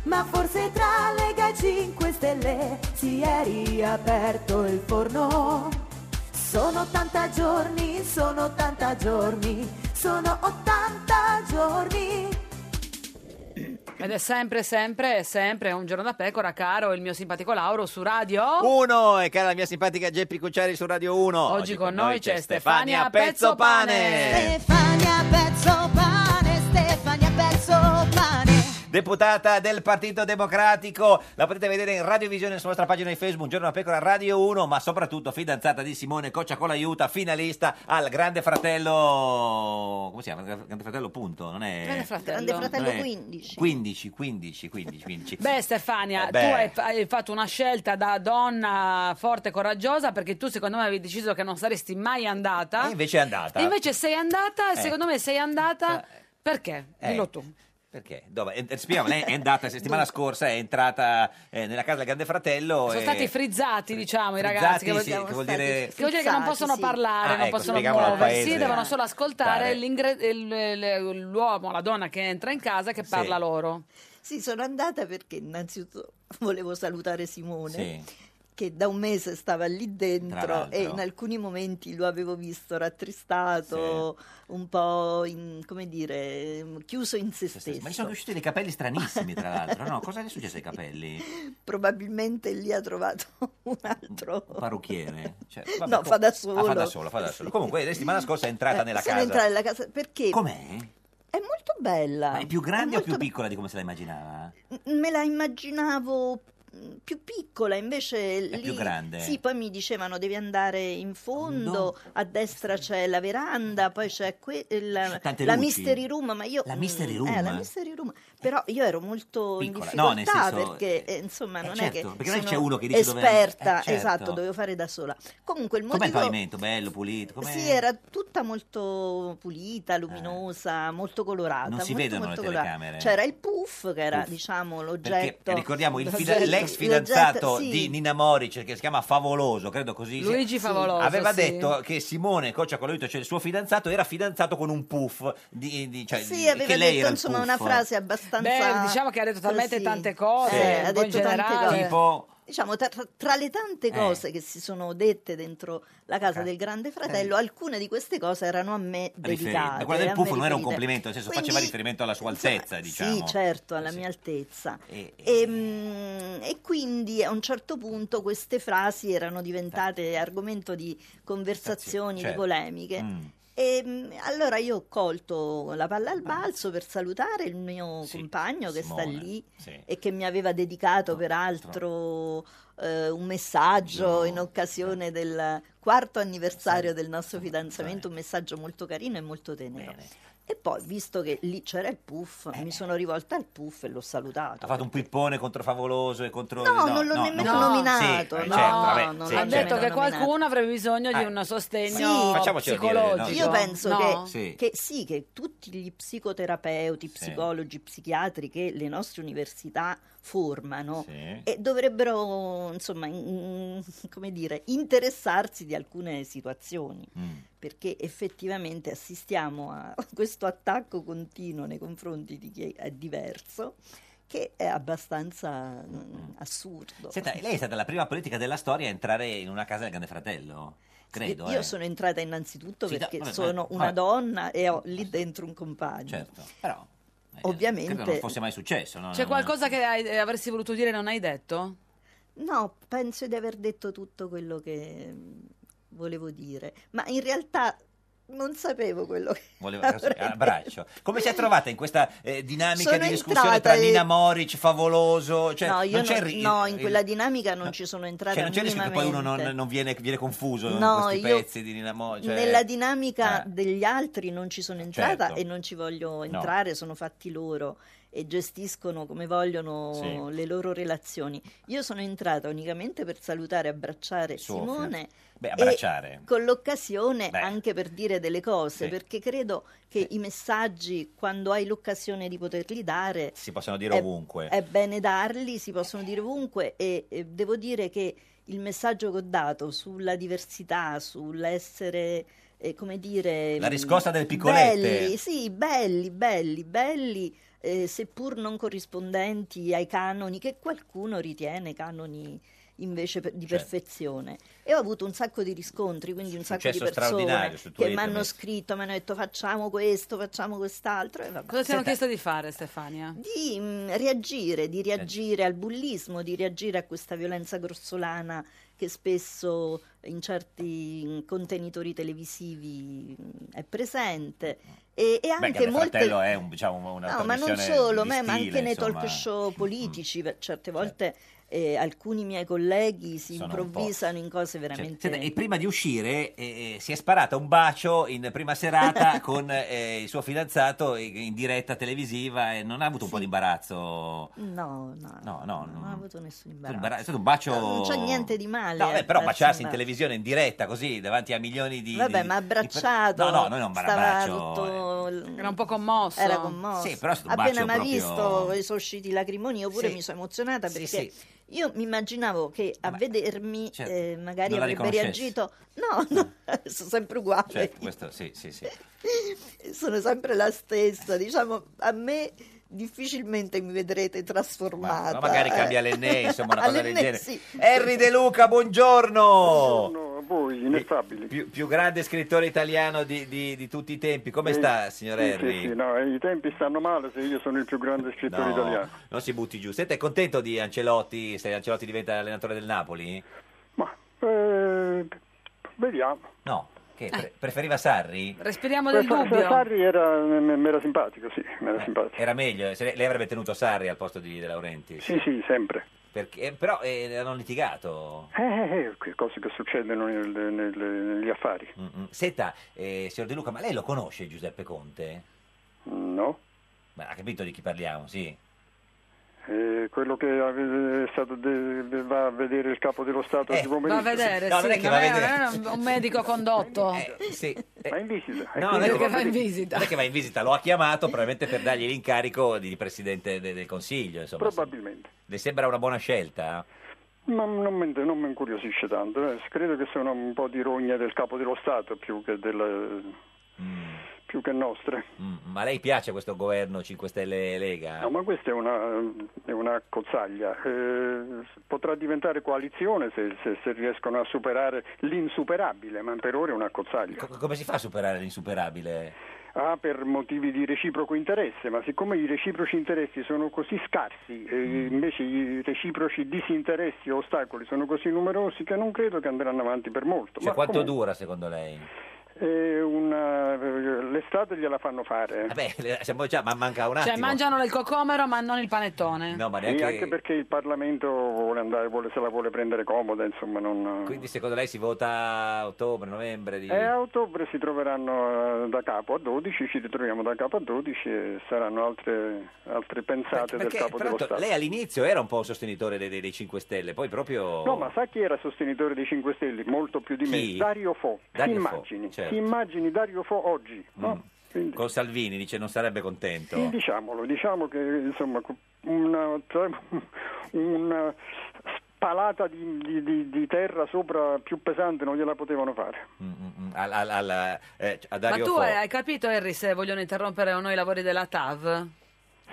S10: Ma forse tra Lega e 5 Stelle si è riaperto il forno. Sono 80 giorni, sono 80 giorni, sono 80 giorni.
S1: Ed è sempre, sempre, sempre un giorno da pecora, caro il mio simpatico Lauro su radio.
S2: Uno, e cara la mia simpatica Geppi Cucciari su Radio 1.
S1: Oggi con noi c'è Stefania
S2: Pezzopane,
S10: Stefania Pezzo Pane, Stefania Pezzo Pane.
S2: deputata del Partito Democratico. La potete vedere in radiovisione sulla nostra pagina di Facebook, Giorno da Pecora Radio 1, ma soprattutto fidanzata di Simone Coccia con l'aiuta, finalista al Grande Fratello... Come si chiama? Grande Fratello punto, non è...
S1: Eh, Grande fratello.
S13: Grande Fratello
S2: Non è-
S13: 15.
S2: 15, 15, 15, 15.
S1: Beh Stefania,
S2: Eh,
S1: tu
S2: beh.
S1: hai, fa- hai fatto una scelta da donna forte e coraggiosa perché tu secondo me avevi deciso che non saresti mai andata.
S13: ah,
S2: E invece è andata.
S1: E invece sei andata e
S2: Eh.
S1: secondo me sei andata perché?
S2: Eh.
S1: Dillo tu.
S2: Perché? Dove? Eh, Spieghiamo, lei è andata la settimana scorsa, è entrata eh, nella casa del Grande Fratello.
S1: Sono
S2: e-
S1: stati frizzati, diciamo, i
S2: Eh, frizzati,
S1: ragazzi.
S2: sì, che vuol dire-
S1: che vuol dire che non possono
S13: Frizzati, sì.
S1: parlare,
S2: Ah,
S1: non
S2: ecco,
S1: possono
S2: spieghiamolo al
S1: muoversi,
S2: paese.
S1: devono solo ascoltare
S2: Dare.
S1: l'ingre- il- il- l'uomo, la donna che entra in casa che parla loro.
S13: Sì, sono andata perché innanzitutto volevo salutare Simone.
S1: Sì.
S13: Che da un mese stava lì
S2: Tra
S13: dentro
S2: l'altro.
S13: e in alcuni momenti lo avevo visto rattristato, un po' in- come dire, chiuso in se stesso.
S2: Ma diciamo gli sono cresciuti dei capelli stranissimi, tra l'altro. No, cosa gli è successo ai capelli?
S13: Probabilmente lì ha trovato un altro.
S2: Parrucchiere? Cioè,
S13: No, fa da
S2: ah, fa
S13: solo.
S2: da solo, fa da solo. Comunque, la settimana scorsa è entrata
S13: Eh,
S2: nella
S13: sono
S2: casa.
S13: entrata nella casa perché
S2: Com'è?
S13: è molto bella.
S2: Ma è più grande o più piccola di come se la immaginava?
S13: Me la immaginavo mh, più piccola, invece
S2: È
S13: lì-
S2: più grande.
S13: Sì, poi mi dicevano devi andare in fondo, a destra c'è la veranda, poi c'è que- la,
S16: Tante
S13: la
S16: luci.
S13: Mystery Room, ma io
S16: La mystery
S13: mh,
S16: room?
S13: eh, la Mystery Room. Però io ero molto
S2: Piccola.
S13: in
S2: No, nel
S13: difficoltà
S2: senso,
S13: perché eh, insomma non
S2: certo,
S13: è che
S2: perché non è che
S13: sono
S2: c'è uno che dice dove-
S13: esperta,
S2: eh, certo.
S13: esatto, dovevo fare da sola. Comunque il
S2: Com'è il
S13: motivo
S2: pavimento? Bello, pulito? Com'è? Eh.
S13: sì, era tutta molto pulita, luminosa, molto colorata.
S2: Non si
S13: molto,
S2: vedono
S13: molto
S2: le
S13: colorata.
S2: telecamere.
S13: C'era il puff, che era
S2: Puff.
S13: diciamo
S2: Perché
S13: l'oggetto.
S2: ricordiamo il fida-
S13: l'oggetto-
S2: l'ex
S13: l'oggetto-
S2: fidanzato
S13: sì.
S2: di Nina Moric, che si chiama Favoloso, credo così. si-
S1: Luigi Favoloso,
S2: Aveva
S1: sì.
S2: detto che Simone Coccia Colaiuto, cioè il suo fidanzato, era fidanzato con un puff. Di, di- cioè,
S13: Sì,
S2: di-
S13: aveva
S2: che lei
S13: detto
S2: era il
S13: insomma
S2: puff.
S13: una frase abbastanza.
S1: Beh, diciamo che ha detto talmente
S13: così.
S1: tante cose,
S13: Eh,
S1: un
S13: ha
S1: po' in
S13: detto tante
S1: generale.
S13: cose.
S2: Tipo-
S13: Diciamo, tra, tra le tante
S2: Eh.
S13: cose che si sono dette dentro la casa del Grande Fratello, alcune di queste cose erano a me
S2: Riferì-
S13: dedicate.
S2: Quella
S13: a
S2: del
S13: me
S2: puff non era un
S13: riferite.
S2: complimento, nel senso
S13: Quindi-
S2: faceva riferimento alla sua altezza, diciamo.
S13: Sì, certo, alla mia altezza.
S2: E-
S13: Ehm, E, quindi a un certo punto queste frasi erano diventate argomento di conversazioni, di
S16: Eh. Certo.
S13: polemiche.
S16: Mm.
S13: E mm, allora io ho colto la palla al balzo per salutare il mio compagno che sta
S16: Ah. Simone,
S13: lì
S16: sì.
S13: e che mi aveva dedicato peraltro eh, un messaggio in
S16: eh.
S13: occasione del quarto anniversario del nostro fidanzamento, un messaggio molto carino e molto tenero. E poi, visto che lì c'era il puff,
S16: Eh.
S13: mi sono rivolta al puff e l'ho salutato.
S2: Ha fatto un pippone contro Favoloso e contro...
S13: No, non l'ho nemmeno nominato,
S2: Sì,
S13: no,
S2: certo, vabbè,
S13: non
S2: sì,
S1: ha
S2: certo.
S1: detto che
S13: nominato.
S1: qualcuno avrebbe bisogno di
S2: Eh.
S1: un
S13: Sì,
S1: sostegno psicologico.
S13: Io penso
S1: No?
S13: che,
S2: Sì.
S13: che sì, che tutti gli psicoterapeuti, psicologi, psichiatri che le nostre università formano e dovrebbero, insomma, in- in- come dire, interessarsi di alcune situazioni.
S2: Mm.
S13: Perché effettivamente assistiamo a questo attacco continuo nei confronti di chi è diverso, che è abbastanza mm, assurdo.
S2: Senta, lei è stata la prima politica della storia a entrare in una casa del Grande Fratello, credo.
S13: Io
S2: eh.
S13: sono entrata innanzitutto
S2: Sì, da-
S13: perché
S2: vabbè,
S13: sono
S2: vabbè,
S13: una
S2: vabbè.
S13: donna e ho lì dentro un compagno.
S2: Certo, però... Credo non
S13: Ovviamente.
S2: fosse mai successo. no?
S1: C'è
S2: No,
S1: qualcosa che hai- eh, avresti voluto dire e non hai detto?
S13: No, penso di aver detto tutto quello che mm, volevo dire, ma in realtà non sapevo quello che
S2: Voleva abbraccio. Come si è trovata in questa eh, dinamica
S13: Sono
S2: di discussione tra
S13: entrata e-
S2: Nina Moric, Favoloso? Cioè,
S13: No, io
S2: non c'è
S13: non-
S2: ri-
S13: no, in
S2: il-
S13: quella dinamica non ci sono entrata
S2: cioè, non c'è il rischio che poi uno non,
S13: minimamente.
S2: non viene, viene confuso
S13: No,
S2: in questi
S13: io-
S2: pezzi di Nina Moric. cioè-
S13: Nella dinamica degli altri non ci sono entrata
S2: Certo.
S13: e non ci voglio entrare, sono fatti loro e gestiscono come vogliono
S2: Sì.
S13: le loro relazioni. Io sono entrata unicamente per salutare e abbracciare
S2: Suo
S13: Simone.
S2: Beh,
S13: e
S2: abbracciare.
S13: con l'occasione
S2: Beh.
S13: anche per dire delle cose,
S2: Sì.
S13: perché credo che i messaggi, quando hai l'occasione di poterli dare,
S2: Si possono dire
S13: è-
S2: ovunque.
S13: È bene darli, si possono dire ovunque e, e devo dire che il messaggio che ho dato sulla diversità, sull'essere, eh, come dire...
S2: La
S13: mh,
S2: riscossa delle piccolette.
S13: Belli, sì, belli, belli, belli, eh, seppur non corrispondenti ai canoni che qualcuno ritiene canoni invece per- di
S16: Certo.
S13: perfezione e ho avuto un sacco di riscontri quindi un sacco di
S16: Successo
S13: persone
S16: straordinario su
S13: che
S16: Twitter,
S13: mi hanno
S16: messo.
S13: scritto mi hanno detto facciamo questo facciamo quest'altro e vabbè.
S1: Cosa ti hanno chiesto di fare, Stefania?
S13: di mh, mm, reagire, di reagire al bullismo, di reagire a questa violenza grossolana che spesso in certi mh, contenitori televisivi mh, è presente e, e
S2: Beh,
S13: anche
S2: Grande
S13: molte
S2: Fratello è un, diciamo, una
S13: No, ma non
S2: trasmissione
S13: solo,
S2: di
S13: ma- ma
S2: stile,
S13: anche nei
S2: insomma. Mm. Certo.
S13: talk show politici, per- certe volte eh, alcuni miei colleghi si
S2: Sono un po'- Cioè,
S13: improvvisano in cose veramente
S2: Senta, e prima di uscire eh, eh, si è sparata un bacio in prima serata con eh, il suo fidanzato in in diretta televisiva e non ha avuto un po' di imbarazzo?
S13: No, Ah, no,
S2: No, no,
S13: non ho
S2: no.
S13: avuto nessun
S2: imbarazzo.
S13: imbarazzo.
S2: È stato un bacio-
S13: No, non c'è niente di male.
S2: No,
S13: eh,
S2: beh, però
S13: darsi
S2: baciarsi in
S13: imbarazzo.
S2: televisione in diretta così davanti a milioni di...
S13: Vabbè,
S2: di-
S13: ma
S2: di per-
S13: abbracciato.
S2: No, no, noi non
S13: stava
S2: abbraccio.
S13: tutto l-
S1: Era un po' commosso.
S13: Era commosso.
S2: Sì, però è stato un
S13: Appena
S2: bacio
S13: mi ha
S2: proprio-
S13: visto eh, sono usciti i lacrimoni, oppure
S2: Sì.
S13: mi sono emozionata
S2: Sì,
S13: perché
S2: sì.
S13: io mi immaginavo che a vedermi
S2: certo,
S13: eh, magari
S2: non la
S13: avrebbe
S2: riconoscesse.
S13: reagito. No, no, sono sempre uguale.
S2: Certo, questo sì, sì, sì.
S13: Sono sempre la stessa. Diciamo, a me difficilmente mi vedrete trasformata.
S2: Ma magari
S13: eh.
S2: cambia l'enne, insomma, una cosa del
S13: All'enne
S2: genere.
S13: sì.
S2: Henry De Luca, buongiorno! Eh,
S17: Buongiorno a voi, ineffabili.
S2: Più, più grande scrittore italiano di, di- di tutti i tempi. Come
S17: Eh,
S2: sta, signor
S17: sì,
S2: Henry?
S17: sì, sì, no, i tempi stanno male se io sono il più grande scrittore
S2: No,
S17: italiano.
S2: non si butti giù. Siete contento di Ancelotti se Ancelotti diventa allenatore del Napoli?
S17: Eh, vediamo.
S2: No, che pre- preferiva Sarri?
S1: Respiriamo
S17: Eh,
S1: del
S17: Sa- Sa-
S1: dubbio.
S17: Sarri era, m- era
S2: Eh,
S17: simpatico, sì, mi era simpatico.
S2: Era meglio, se lei lei avrebbe tenuto Sarri al posto di De Laurenti.
S17: Sì, sì, sempre.
S2: Perché- però eh, hanno litigato.
S17: Eh, eh, eh, que- cose che succedono nel- nel- negli affari.
S2: Senta, eh, signor De Luca, ma lei lo conosce Giuseppe Conte?
S17: No.
S2: Ma ha capito di chi parliamo, sì?
S17: Eh, quello che ave- è stato de- de- va a vedere il capo dello Stato oggi
S1: Va a
S17: pomeriggio.
S1: vedere, sì, non è- non è un medico condotto.
S17: Ma in visita.
S2: Eh,
S17: eh,
S2: No,
S1: Quello
S2: non è,
S1: che
S2: che
S1: va in visita.
S2: non è che va in visita, lo ha chiamato probabilmente per dargli l'incarico di presidente de- del Consiglio. Insomma.
S17: Probabilmente.
S2: Le sembra una buona scelta?
S17: Ma non mi, non mi incuriosisce tanto, eh. credo che sia una- un po' di rogna del capo dello Stato più che, del, più che nostra.
S2: Mm, Ma a lei piace questo governo 5 Stelle e Lega?
S17: No, ma questa è una, è una cozzaglia, Eh, potrà diventare coalizione se, se- se riescono a superare l'insuperabile, ma per ora è una cozzaglia.
S2: Co- come si fa a superare l'insuperabile?
S17: Ah, per motivi di reciproco interesse, ma siccome i reciproci interessi sono così scarsi, e
S2: Mm.
S17: invece i reciproci disinteressi e ostacoli sono così numerosi che non credo che andranno avanti per molto.
S2: Cioè,
S17: ma
S2: quanto
S17: comunque,
S2: dura secondo lei?
S17: è una- l'estate gliela fanno fare.
S2: Vabbè, le- siamo già, ma manca un attimo.
S1: Cioè, mangiano il cocomero ma non il panettone.
S2: No, ma
S17: Sì,
S2: neanche-
S17: anche perché il Parlamento vuole andare, vuole, se la vuole prendere comoda, insomma, non...
S2: Quindi secondo lei si vota a ottobre, novembre? Di...
S17: E a ottobre si troveranno eh, da capo a 12, ci ritroviamo da capo a 12 e saranno altre, altre pensate
S2: Perché,
S17: del
S2: peraltro,
S17: capo dello Stato.
S2: lei all'inizio era un po' un sostenitore dei, dei- dei 5 Stelle, poi proprio...
S17: No, ma sa chi era sostenitore dei 5 Stelle? Molto più di me.
S2: Chi?
S17: Dario Fo.
S2: Dario
S17: ti
S2: Fo,
S17: immagini? ti
S2: certo. Mm.
S17: immagini Dario Fo oggi? No?
S2: Con Salvini dice non sarebbe contento.
S17: Sì, diciamolo, diciamo che insomma co- una, tra- una spalata di, di- di- di terra sopra più pesante non gliela potevano fare.
S2: Mm, al- al- al- eh, a
S1: Ma
S2: Dario
S1: tu
S2: Fo.
S1: hai hai capito, Harry, se vogliono interrompere o no i lavori della TAV?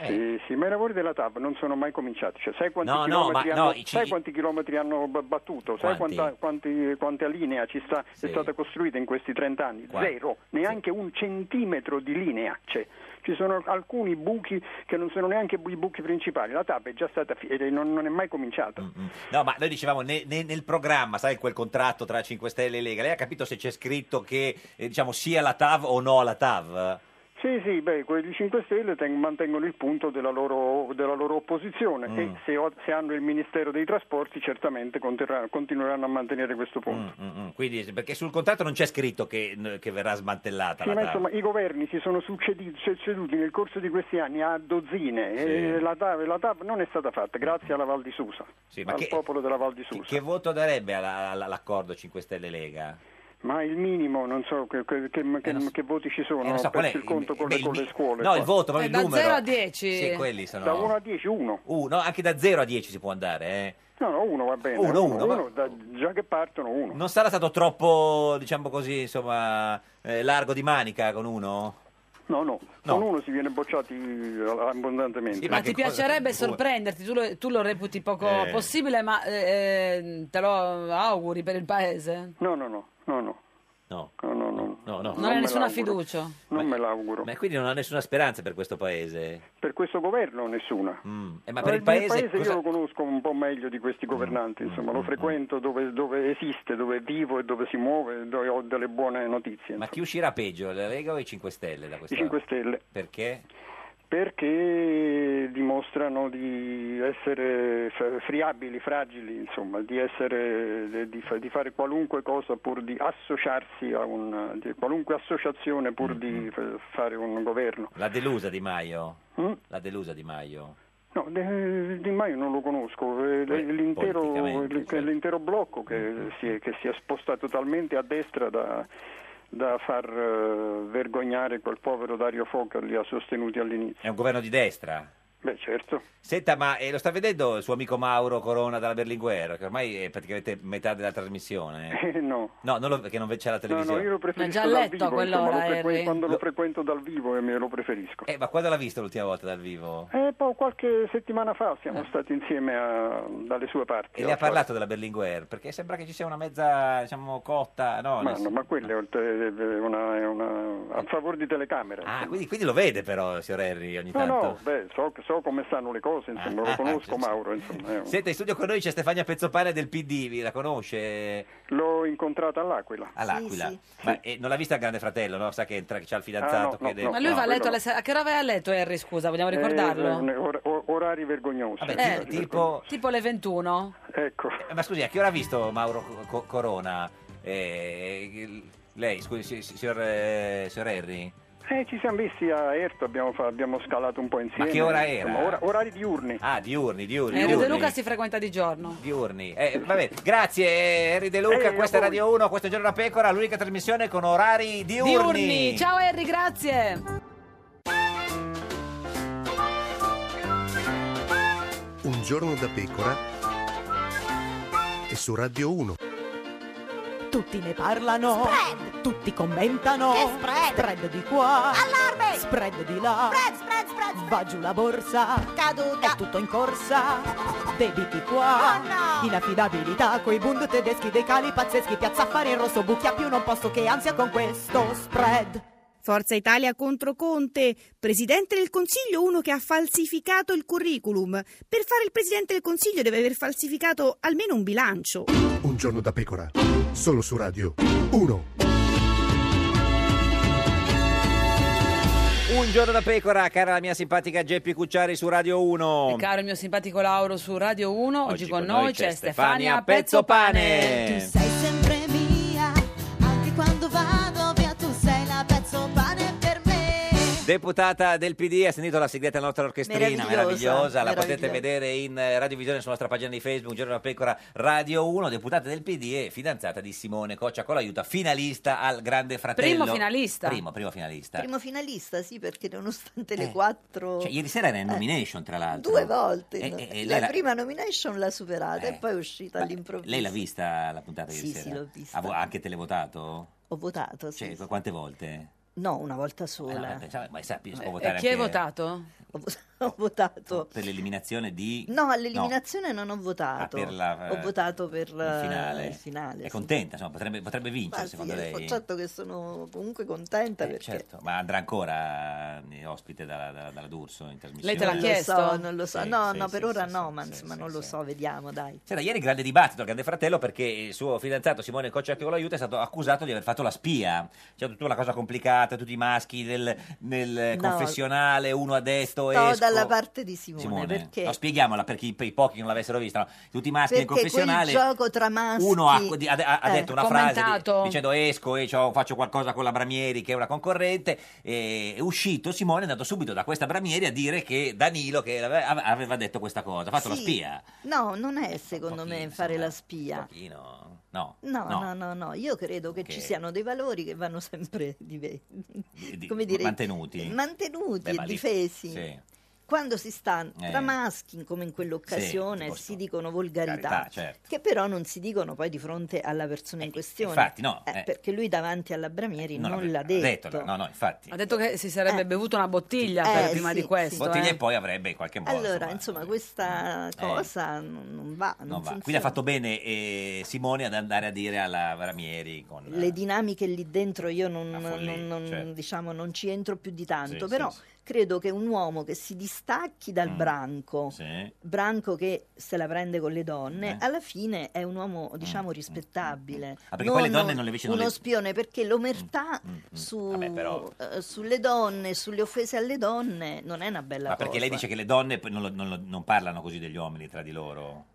S17: Sì, sì, ma i lavori della TAV non sono mai cominciati. Cioè, sai quanti,
S2: Eh. No, no,
S17: chilometri,
S2: ma-
S17: hanno,
S2: no, i-
S17: sai quanti chilometri hanno b- battuto? Sai
S2: Quanti?
S17: quanta, quanti- quanta linea ci sta, è stata costruita in questi 30 anni?
S2: Quanti?
S17: Zero, neanche un centimetro di linea c'è. Ci sono alcuni buchi che non sono neanche i buchi principali. La TAP è già stata fi- e non, non è mai cominciata.
S2: Mm. No, ma noi dicevamo ne- ne- nel programma, sai, quel contratto tra 5 Stelle e Lega, lei ha capito se c'è scritto che eh, diciamo sia la TAV o no alla TAV?
S17: Sì, sì, beh, quelli 5 Stelle ten- mantengono il punto della loro, della loro opposizione
S2: Mm.
S17: e se, o- se hanno il Ministero dei Trasporti certamente conterrà- continueranno a mantenere questo punto.
S2: Mm, mm, Quindi, perché sul contratto non c'è scritto che, che verrà smantellata
S17: Sì,
S2: la
S17: ma
S2: TAV.
S17: insomma, i governi si sono succedi- succeduti nel corso di questi anni a dozzine e la TAV, la TAV non è stata fatta grazie alla Val di Susa,
S2: Sì, ma
S17: al
S2: che-
S17: popolo della Val di Susa.
S2: Che, che voto darebbe alla- alla- all'accordo 5 Stelle Lega?
S17: Ma il minimo, non so che, che- che- che- che voti ci sono,
S2: eh, non so,
S17: ho
S2: qual è
S17: perso il conto
S2: il-
S17: con,
S2: beh,
S17: le, con
S2: il-
S17: le scuole.
S2: no, il voto, proprio Eh, il da numero.
S1: 0 a 10.
S2: Sì, quelli sono...
S17: Da 1 a 10, 1.
S2: Uno, anche da 0 a 10 si può andare, eh?
S17: No, no, 1 va bene.
S2: Uno, uno,
S17: uno,
S2: va-
S17: uno, da- già che partono 1.
S2: Non sarà stato troppo, diciamo così, insomma, eh, largo di manica con uno?
S17: No, no,
S2: No.
S17: con uno si viene bocciati abbondantemente.
S1: ma ti piacerebbe sorprenderti, tu lo, tu lo reputi poco
S17: Eh.
S1: possibile, ma eh, eh, te lo auguri per il paese?
S17: No, no, no, no, no.
S2: No.
S17: No, no, no.
S2: No, no.
S1: Non, hai nessuna fiducia.
S17: Non me l'auguro.
S2: Ma quindi non ha nessuna speranza per questo paese?
S17: Per questo governo nessuna.
S2: Eh, ma per
S17: Eh,
S2: il paese... cosa- Mm.
S17: io lo conosco un po' meglio di questi governanti, insomma, lo frequento dove, dove esiste, dove vivo e dove si muove, dove ho delle buone notizie.
S2: Ma chi uscirà peggio, la Lega o i 5 Stelle da questa...
S17: I 5 Stelle,
S2: Perché?
S17: perché dimostrano di essere f- friabili, fragili, insomma, di, essere, di, fa- di fare qualunque cosa pur di associarsi a una di qualunque associazione pur
S2: Mm-hmm.
S17: di f- fare un governo.
S2: La delusa Di Maio?
S17: Mm?
S2: La delusa Di Maio?
S17: No, De, Di Maio non lo conosco, eh, l'intero,
S2: politicamente, certo. Mm-hmm.
S17: l'intero blocco che si, è, che si è spostato talmente a destra da, da far eh, vergognare quel povero Dario Fo che li ha sostenuti all'inizio.
S2: È un governo di destra?
S17: Beh, certo.
S2: Senta, ma eh, lo sta vedendo il suo amico Mauro Corona dalla Berlinguer, che ormai è praticamente metà della trasmissione?
S17: Eh, no.
S2: No, non lo, perché non ve- c'è la
S17: No,
S2: televisione.
S17: no, io lo preferisco dal vivo, insomma, lo frequen- quando lo frequento dal vivo e me lo preferisco.
S2: Eh, ma quando l'ha visto l'ultima volta dal vivo?
S17: E poi qualche settimana fa
S2: Eh.
S17: siamo stati insieme a- dalle sue parti.
S2: E le ha parlato della Berlinguer? Perché sembra che ci sia una mezza, diciamo, cotta, no?
S17: Ma,
S2: nel-
S17: no, ma quella è un te- è eh, una, è
S2: Eh.
S17: una- a favore di telecamera.
S2: Ah, quindi, quindi lo vede però, signor Henry, ogni
S17: No,
S2: tanto?
S17: no, beh, so, so so come stanno le cose, insomma,
S2: Ah, ah,
S17: lo conosco
S2: certo.
S17: Mauro, insomma. eh, è un-
S2: Senta, in studio con noi c'è Stefania Pezzopane del PD, vi la conosce?
S17: L'ho incontrata all'Aquila.
S2: All'Aquila. Ma eh, non l'ha vista il grande fratello, no? Sa che entra, che c'ha il fidanzato.
S17: Ah, no,
S2: che
S17: no,
S2: è
S17: no.
S1: Ma lui va a letto,
S2: quello
S1: alle se- a che ora vai a letto Harry, scusa, vogliamo
S17: Eh,
S1: ricordarlo?
S17: eh, or- or- orari vergognosi.
S2: Vabbè, ti- tipo...
S1: Tipo le 21?
S17: Ecco.
S2: Eh, Ma scusi, a che ora ha visto Mauro Co- Co- Corona? Eh, il- lei, scusi, si- si- signor, eh, signor Henry?
S17: Eh, ci siamo visti a Erto, abbiamo, fa- abbiamo scalato un po' insieme.
S2: Ma che ora era?
S17: Insomma, ora- orari diurni.
S2: Ah, diurni, diurni.
S1: Enrico Eh, De
S2: diurni.
S1: Luca si frequenta di giorno.
S2: Diurni. Eh, vabbè, grazie Henry De Luca,
S1: Eh,
S2: questa è
S1: a voi.
S2: Radio 1, questo è Giorno da Pecora, l'unica trasmissione con orari diurni.
S1: Diurni! Ciao Harry, grazie!
S11: Un giorno da pecora e su Radio 1.
S10: Tutti ne parlano. Spread. Tutti commentano. spread. di qua. Allarme. Spread di là. Spread, spread, spread. Va giù la borsa. Caduta. È tutto in corsa. Debiti
S16: Oh,
S10: qua. Inaffidabilità coi bund tedeschi dei cali pazzeschi. Piazza affari in rosso bucchia più non posso che ansia con questo spread.
S12: Forza Italia contro Conte, presidente del Consiglio uno che ha falsificato il curriculum. Per fare il presidente del Consiglio deve aver falsificato almeno un bilancio.
S11: Un giorno da pecora, solo su Radio 1.
S2: Un giorno da pecora, cara la mia simpatica Geppi Cucciari su Radio 1.
S1: Caro il mio simpatico Lauro su Radio 1, oggi, con noi c'è Stefania
S2: Pezzopane.
S1: Pezzopane.
S16: Sei sempre mia, anche quando vado via tu sei la pezzo pane per me.
S2: Deputata del PD, ha sentito la segreta della nostra orchestrina,
S16: Meravigliosa,
S2: meravigliosa, la
S16: meravigliosa.
S2: potete vedere in eh, radiovisione sulla nostra pagina di Facebook, Giorno da Pecora Radio 1, deputata del PD e fidanzata di Simone Coccia con l'aiuta, finalista al Grande Fratello.
S13: Primo finalista.
S2: Primo, primo finalista.
S13: Primo finalista, sì, perché nonostante le quattro...
S2: Cioè, ieri sera era in nomination, tra l'altro.
S13: Eh. Due volte.
S2: Eh,
S13: no?
S2: eh, eh,
S13: la,
S2: lei, la- Eh.
S13: prima nomination l'ha superata e poi è uscita all'improvviso.
S2: lei l'ha vista la puntata di
S13: Sì,
S2: ieri
S13: sì,
S2: sera?
S13: l'ho vista.
S2: Ha vo- ha anche televotato?
S13: Ho votato, sì.
S2: Cioè, quante volte?
S13: No, una volta
S2: Eh, no,
S13: sola.
S2: ma pensavo- ma sa- si può
S13: Eh,
S2: votare
S13: chi hai
S2: anche
S1: votato?
S13: Ho vot- ho votato...
S2: Per l'eliminazione di...
S13: No, all'eliminazione non ho votato.
S2: Ah, per la- eh,
S13: Ho votato per
S2: il finale.
S13: il finale,
S2: È
S13: sì.
S2: contenta, insomma, potrebbe, potrebbe vincere
S13: Ma sì,
S2: secondo
S13: il
S2: lei.
S13: fatto che sono comunque contenta
S2: Eh,
S13: eh, perché...
S2: certo, ma andrà ancora eh, ospite dalla, dalla- dalla D'Urso in trasmissione.
S13: Non lo so, non lo so.
S2: Sì,
S13: no,
S2: sì,
S13: no,
S2: sì,
S13: per
S2: sì,
S13: ora
S2: sì.
S13: no, ma insomma non lo so, vediamo, dai.
S2: C'era ieri grande dibattito al Grande Fratello perché il suo fidanzato Simone Coccia che lo aiuta è stato accusato di aver fatto la spia. C'è tutta una cosa complicata, tutti i maschi del- nel
S13: No.
S2: confessionale, uno ha detto
S13: Sto
S2: esco.
S13: dalla parte di Simone,
S2: Simone,
S13: perché,
S2: no, spieghiamola per chi- per i pochi che non l'avessero vista. no? Tutti i maschi
S13: perché
S2: nel ah, confessionale
S13: quel gioco tra maschi
S2: uno ha, di- ha- ha- ha
S13: eh,
S2: detto una frase di- dicendo esco e c'ho- faccio qualcosa con la Bramieri che è una concorrente e è uscito Simone è andato subito da questa Bramieri a dire che Danilo che l'ave- ave- aveva detto questa cosa ha fatto la
S13: Sì.
S2: spia
S13: No, non è secondo me fare la spia.
S2: Pochino, no
S13: No,
S2: no.
S13: no, no, no, io credo che ci
S2: Che-
S13: siano dei valori che vanno sempre dive-
S2: Di-
S13: come dire,
S2: mantenuti.
S13: mantenuti
S2: Beh, ma
S13: e
S2: lì-
S13: difesi.
S2: sì.
S13: Quando si sta
S2: Eh.
S13: tra maschi, come in
S2: Sì,
S13: quell'occasione,
S2: tipo
S13: si dicono volgarità,
S2: carità, certo. Eh,
S13: che però non si dicono poi di fronte alla persona in questione.
S2: infatti, no, eh.
S13: Perché lui davanti alla Bramieri
S2: Non
S13: non,
S2: l'avrebbe
S13: l'ha detto.
S2: no no infatti
S1: Ha detto che si sarebbe bevuto una bottiglia
S13: Eh,
S1: per prima
S13: sì,
S1: di
S13: sì.
S1: questo.
S2: Bottiglia
S1: eh.
S2: e poi avrebbe in qualche modo
S13: Allora, insomma, questa cosa non, non va. Non,
S2: eh, non va.
S13: funziona.
S2: quindi ha fatto bene eh, Simone ad andare a dire alla Bramieri con
S13: le dinamiche lì dentro io non,
S2: follia,
S13: non- non-
S2: certo.
S13: diciamo, non ci entro più di tanto,
S2: Sì,
S13: però
S2: sì, sì.
S13: credo che un uomo che si distacchi dal
S2: Mm.
S13: branco,
S2: Sì.
S13: branco che se la prende con le donne,
S2: Eh. Mm,
S13: alla fine è un uomo diciamo rispettabile.
S2: Ah, perché poi le donne non le invece non
S13: uno
S2: le- Mm,
S13: spione, perché l'omertà su- eh, sulle donne, sulle offese alle donne, non è una bella
S2: Ma
S13: cosa.
S2: perché lei dice che le donne p- non, lo- non lo- non parlano così degli uomini tra di loro?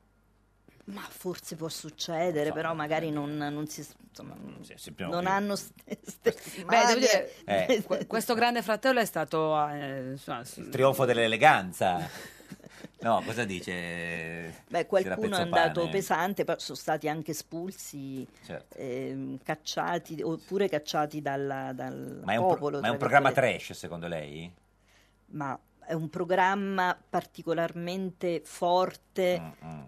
S13: Ma forse può succedere,
S2: so,
S13: però magari non, non si... Insomma,
S2: sappiamo
S13: non
S2: che-
S13: hanno ste- stesse
S1: Beh, devo
S13: manie.
S1: dire,
S2: Eh.
S1: que- questo grande fratello è stato... eh, insomma,
S2: Il trionfo dell'eleganza. No, cosa dice?
S13: Beh,
S2: Sera
S13: qualcuno è
S2: Pezzopane?
S13: andato pesante, poi sono stati anche espulsi,
S2: Certo.
S13: ehm, cacciati, oppure cacciati dalla- dal
S2: Ma è un, pro-
S13: popolo.
S2: ma è un
S13: tra
S2: programma
S13: virgolette.
S2: trash, secondo lei?
S13: Ma è un programma particolarmente forte,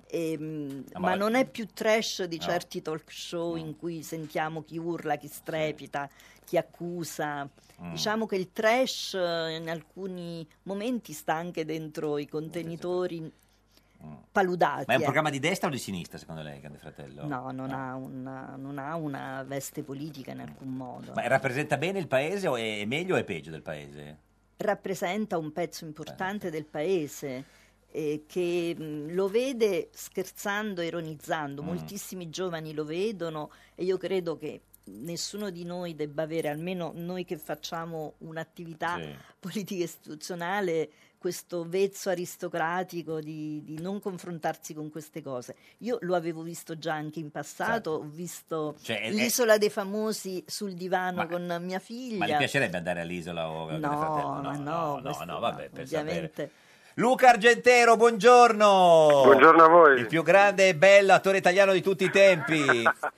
S13: ehm,
S2: No, ma-
S13: ma, non è più trash di
S2: No. Mm.
S13: certi talk show in cui sentiamo chi urla, chi strepita, chi accusa.
S2: Mm.
S13: Diciamo che il trash eh, in alcuni momenti sta anche dentro i contenitori paludati.
S2: Mm. Ma è un
S13: ecco.
S2: programma di Eh. destra o di sinistra, secondo lei, Grande Fratello?
S13: No, non, Ha una, non ha una veste politica in alcun modo.
S2: Ma rappresenta bene il paese o è è meglio o è peggio del paese?
S13: rappresenta un pezzo
S2: Eh,
S13: importante del paese. eh, che mh, lo vede scherzando, ironizzando,
S12: Mm.
S13: moltissimi giovani lo vedono e io credo che nessuno di noi debba avere, almeno noi che facciamo un'attività
S12: Sì.
S13: politica istituzionale, questo vezzo aristocratico di, di non confrontarsi con queste cose. Io lo avevo visto già anche in passato, ho visto
S2: Certo. Cioè, è-
S13: l'isola dei famosi sul divano
S2: Ma-
S13: con mia figlia.
S2: Ma le piacerebbe andare all'isola o al Grande Fratello?
S13: No, ma no, questo
S2: no, vabbè, per
S13: ovviamente.
S2: sapere. Luca Argentero, buongiorno.
S18: Buongiorno a voi.
S2: Il più grande e bello attore italiano di tutti i tempi.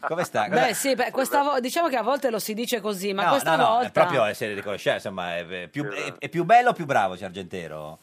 S2: Come sta?
S1: Beh, sì, beh, questa vo- diciamo che a volte lo si dice così, ma
S2: no,
S1: questa
S2: no, no,
S1: volta
S2: è proprio essere riconosciuto, insomma, è- è più,
S18: eh.
S2: è, è più bello o più bravo Argentero?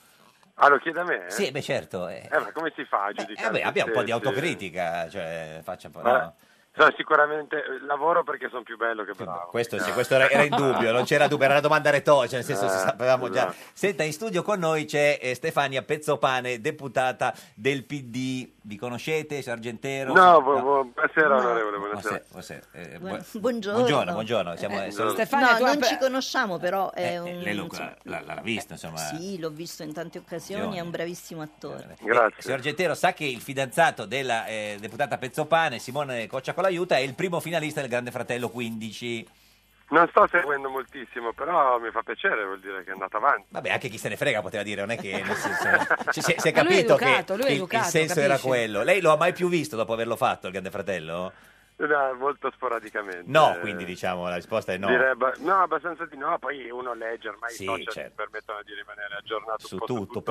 S18: Ah, lo chiede a me?
S2: Sì, beh, certo. eh.
S18: Eh, ma come si fa a giudicare?
S2: Eh, beh, abbia un po' di
S18: se- se-
S2: autocritica, cioè, faccia un po',
S18: Ma-
S2: no?
S18: No, sicuramente eh, lavoro perché sono più bello che bravo.
S2: Questo, sì, questo era, era in dubbio, non c'era dubbio, era una domanda retorica, nel senso
S18: Eh,
S2: si sapevamo già.
S18: esatto.
S2: Senta, in studio con noi c'è eh, Stefania Pezzopane, deputata del PD. Vi conoscete, Sargentero?
S18: No,
S2: Sì,
S18: bu- bu- buonasera, onorevole, buonasera.
S2: Buonasera, eh,
S13: Buon-
S2: bu-
S13: buongiorno.
S2: Buongiorno, buongiorno, siamo-
S13: Eh,
S2: sono-
S13: no, non ci conosciamo, però è un...
S2: Eh, Lei lo-
S13: insomma,
S2: l'ha, l'ha visto, insomma.
S13: Eh,
S2: Eh,
S13: sì, l'ho visto in tante occasioni, è un bravissimo attore.
S2: Grazie. signor Gentero, sa che il fidanzato della eh, deputata Pezzopane, Simone Coccia con l'aiuta, è il primo finalista del Grande Fratello 15.
S18: Non sto seguendo moltissimo, però mi fa piacere, vuol dire che è andata avanti.
S2: Vabbè, anche chi se ne frega poteva dire, non è che nel senso, cioè, si, è- si è
S18: Ma lui è
S2: capito
S18: educato,
S2: che
S18: lui è
S2: il-
S18: educato,
S2: il senso era
S18: capisci?
S2: quello. Lei lo ha mai più visto dopo averlo fatto, il Grande Fratello?
S18: No, molto sporadicamente.
S2: No,
S18: Eh,
S2: quindi diciamo la risposta è no.
S18: direi abba- no, abbastanza di no, poi uno legge, ormai
S2: Sì,
S18: i social
S2: certo.
S18: ti permettono di rimanere aggiornato
S2: Su
S18: un po'
S2: tutto,
S18: Ho letto un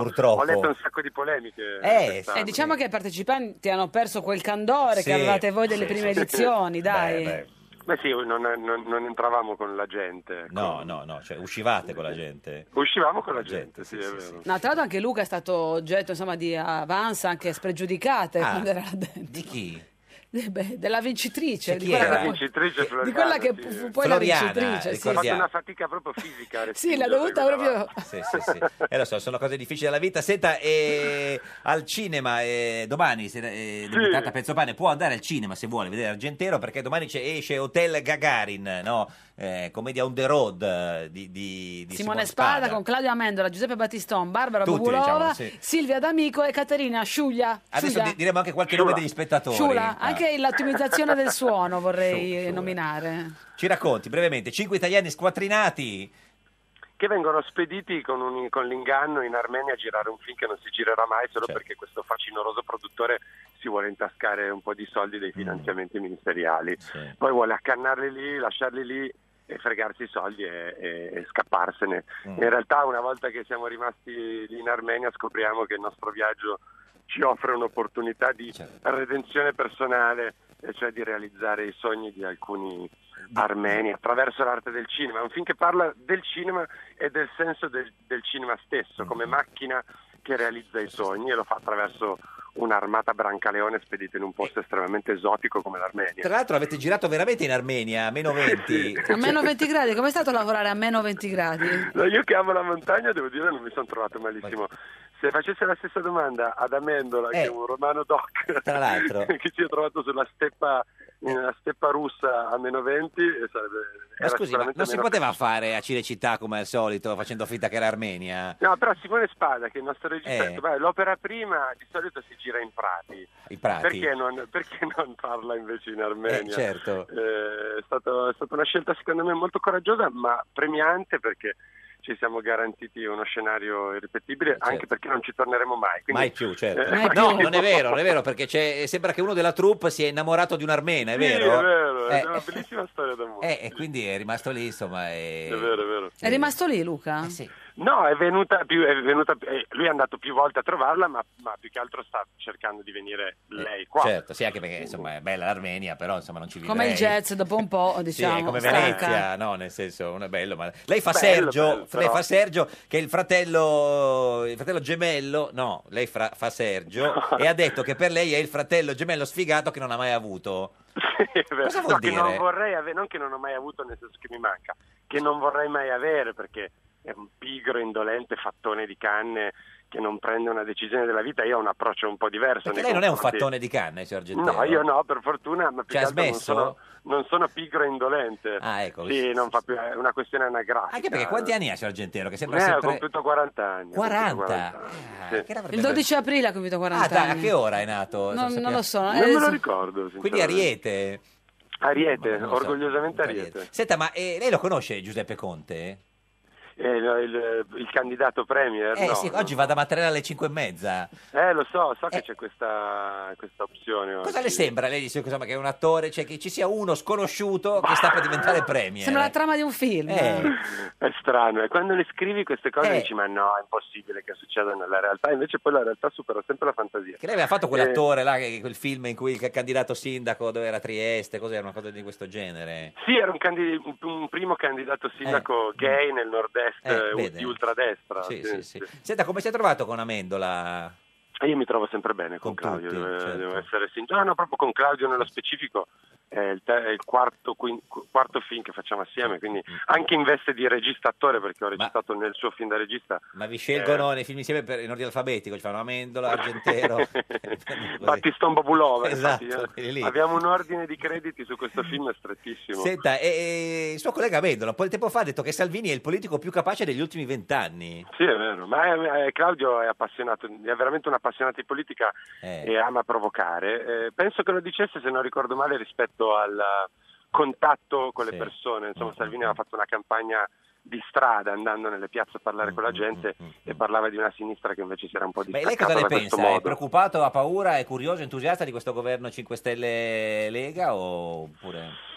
S2: purtroppo.
S18: sacco di polemiche.
S2: Eh,
S1: Eh,
S18: quest'anno.
S1: diciamo che i partecipanti hanno perso quel candore
S18: Sì,
S1: che avevate voi delle
S18: sì,
S1: prime
S18: sì.
S1: edizioni, dai.
S18: Beh sì, non, non- non entravamo con la gente. ecco.
S2: No, no, no, cioè uscivate con la gente.
S18: Uscivamo con la gente, sì, è vero.
S1: No, tra l'altro anche Luca è stato oggetto insomma, di avanza anche spregiudicate
S18: Ah.
S1: quando era là dentro.
S2: Di chi?
S1: Eh beh, della vincitrice, di
S18: Cioè, Chi
S1: quella,
S18: era?
S1: che
S18: La
S1: poi-
S18: vincitrice Floriana,
S1: di quella che
S18: sì.
S1: fu poi la vincitrice.
S18: Ho
S1: Sì,
S18: fatto
S1: sì.
S18: una fatica proprio fisica. a
S1: Sì, l'ha
S18: respingerla
S1: dovuta
S18: quella
S1: proprio...
S2: Sì, sì, sì. Eh, lo so, sono cose difficili della vita. Senta, eh, al cinema eh, domani, se, eh, deputata Pezzopane, può andare al cinema se vuole vedere Argentero, perché domani c'è, esce Hotel Gagarin, no? Eh, commedia on the road eh, di, di- di
S1: Simone Spada, con Claudio Amendola, Giuseppe Battiston, Barbara
S2: Tutti,
S1: Bogulova,
S2: diciamo, sì.
S1: Silvia D'Amico e Caterina Sciuglia.
S2: Adesso
S1: Sciuglia?
S2: di- diremo anche qualche nome degli spettatori.
S18: eh.
S1: Sciula,
S2: Ah.
S1: anche l'ottimizzazione del suono vorrei nominare.
S2: Ci racconti brevemente, cinque italiani squattrinati.
S18: che vengono spediti con, un- con l'inganno in Armenia a girare un film che non si girerà mai solo
S2: Certo.
S18: perché questo facinoroso produttore si vuole intascare un po' di soldi
S2: Mm.
S18: dei finanziamenti ministeriali. Poi vuole accannarli lì, lasciarli lì e fregarsi i soldi e, e- e scapparsene.
S11: Mm.
S18: In realtà una volta che siamo rimasti lì in Armenia scopriamo che il nostro viaggio ci offre un'opportunità di redenzione personale, e cioè di realizzare i sogni di alcuni armeni attraverso l'arte del cinema. È un film che parla del cinema e del senso del, del cinema stesso, come macchina che realizza i sogni e lo fa attraverso un'armata brancaleone spedita in un posto estremamente esotico come l'Armenia.
S2: Tra l'altro avete girato veramente in Armenia, a meno 20.
S1: A meno 20 gradi, com'è stato lavorare a meno 20 gradi?
S18: No, io che amo la montagna, devo dire, non mi sono trovato malissimo. Se facesse la stessa domanda ad Amendola, che è un romano doc,
S2: Eh. tra l'altro.
S18: che si è trovato sulla steppa, nella steppa russa a meno 20, e sarebbe,
S2: Ma
S18: era
S2: scusi, ma
S18: sicuramente
S2: non si
S18: meno-
S2: poteva fare a Cinecittà come al solito, facendo finta che era Armenia?
S18: No, però Simone Spada, che è il nostro regista, ha
S2: Eh.
S18: detto, "Beh, l'opera prima di solito si gira in prati.
S2: I prati.
S18: Perché non, perché non parla invece in Armenia?
S2: Eh, certo.
S18: Eh, è, stato- è stata una scelta secondo me molto coraggiosa, ma premiante perché ci siamo garantiti uno scenario irripetibile, anche perché non ci torneremo mai.
S2: Certo.
S18: Quindi,
S2: Mai più, certo.
S18: Eh,
S2: No, non è vero, non è vero, perché c'è- sembra che uno della troupe si è innamorato di un'armena, è
S18: Sì,
S2: vero?
S18: è vero, è
S2: Eh,
S18: una bellissima storia d'amore.
S2: eh, e quindi è rimasto lì, insomma. e-
S18: È vero, è vero.
S1: È rimasto lì
S2: Eh
S1: Luca? sì.
S18: No, è venuta più, è venuta, eh, lui è andato più volte a trovarla, ma, ma più che altro sta cercando di venire lei qua.
S2: Certo, sì, anche perché insomma è bella l'Armenia, però insomma non ci vivrei.
S1: Come il jazz, dopo un po',
S2: Sì, è
S1: diciamo,
S2: come
S1: stanca.
S2: Venezia, no, nel senso, non è bello, ma lei fa
S18: Bello,
S2: Sergio,
S18: bello,
S2: lei
S18: però.
S2: fa Sergio che è il fratello il fratello gemello, no, lei fra- fa Sergio e ha detto che per lei è il fratello gemello sfigato che non ha mai avuto. Cosa vuol
S18: No, che non
S2: dire?
S18: vorrei avere, non che non ho mai avuto, nel senso che mi manca, che non vorrei mai avere perché è un pigro, indolente fattone di canne che non prende una decisione della vita, io ho un approccio un po' diverso.
S2: Perché
S18: nei
S2: lei non è un
S18: confronti-
S2: fattone di canne, signor Gentile.
S18: No, io no, per fortuna, ma più
S2: Cioè,
S18: che
S2: ha
S18: altro non
S2: smesso?
S18: sono, non sono pigro e indolente.
S2: Ah, ecco.
S18: Sì, non fa più, è una questione anagrafica.
S2: Anche perché quanti anni ha, signor Gentile? Che sembra
S18: Eh, ho
S2: sempre...
S18: compiuto 40 anni. ho compiuto
S2: 40?
S18: anni, sì.
S1: Il 12 aprile ha compiuto
S2: Ah,
S1: 40
S2: dai, a
S1: anni.
S2: che ora è nato?
S1: Non-
S2: sappiamo.
S1: non lo so, non
S18: Non me lo ricordo.
S2: Quindi
S18: sinceramente.
S2: Ariete.
S18: Ariete,
S2: non lo so.
S18: orgogliosamente Ariete.
S2: Senta, ma eh, lei lo conosce Giuseppe Conte?
S18: Eh, il, il- il candidato premier,
S2: Eh
S18: no.
S2: sì, oggi va da Mattarella alle 5 e mezza.
S18: Eh, lo so, so che c'è questa, questa opzione.
S2: Cosa
S18: oggi.
S2: le sembra? Lei dice insomma, che è un attore, cioè che ci sia uno sconosciuto che sta per diventare premier.
S1: Sembra la trama di un film.
S18: È strano, e quando le scrivi queste cose
S2: Eh.
S18: dici ma no, è impossibile che succeda nella realtà, invece poi la realtà supera sempre la fantasia.
S2: Che lei aveva fatto
S18: Eh,
S2: quell'attore là, che- quel film in cui il candidato sindaco dove era Trieste, cos'era una cosa di questo genere.
S18: Sì, era un, candi- un- un primo candidato sindaco gay nel nord-est
S2: Eh,
S18: eh,
S2: vede.
S18: di ultradestra.
S2: Sì, sì, sì. Senta, come si è trovato con Amendola? certo.
S18: E io mi trovo sempre bene con, Claudio, eh, devo essere sincero. No, no, proprio con Claudio nello specifico è il, te- è il quarto, quin- qu- quarto film che facciamo assieme, quindi
S2: Mm.
S18: anche in veste di regista-attore, perché ho registato nel suo film da regista.
S2: Ma vi scelgono
S18: Eh.
S2: nei film insieme per, in ordine alfabetico, ci fanno Amendola, Argentero.
S18: Battiston Bobulova,
S2: Esatto,
S18: infatti, eh,
S2: quelli lì.
S18: abbiamo un ordine di crediti su questo film strettissimo.
S2: Senta, e, e il suo collega Amendola un po' di tempo fa ha detto che Salvini è il politico più capace degli ultimi vent'anni.
S18: Sì, è vero, ma eh, eh, Claudio è appassionato, è veramente un appassionato di politica e ama provocare. Eh, penso che lo dicesse, se non ricordo male, rispetto al contatto con le persone. Insomma,
S2: Mm,
S18: Salvini aveva fatto una campagna di strada andando nelle piazze a parlare
S2: Mm,
S18: con la gente e parlava di una sinistra che invece si era un po'
S2: Beh, lei cosa
S18: distaccata
S2: ne
S18: da
S2: pensa?
S18: questo
S2: Eh, È
S18: modo.
S2: preoccupato, ha paura, è curioso, entusiasta di questo governo 5 Stelle Lega o- oppure...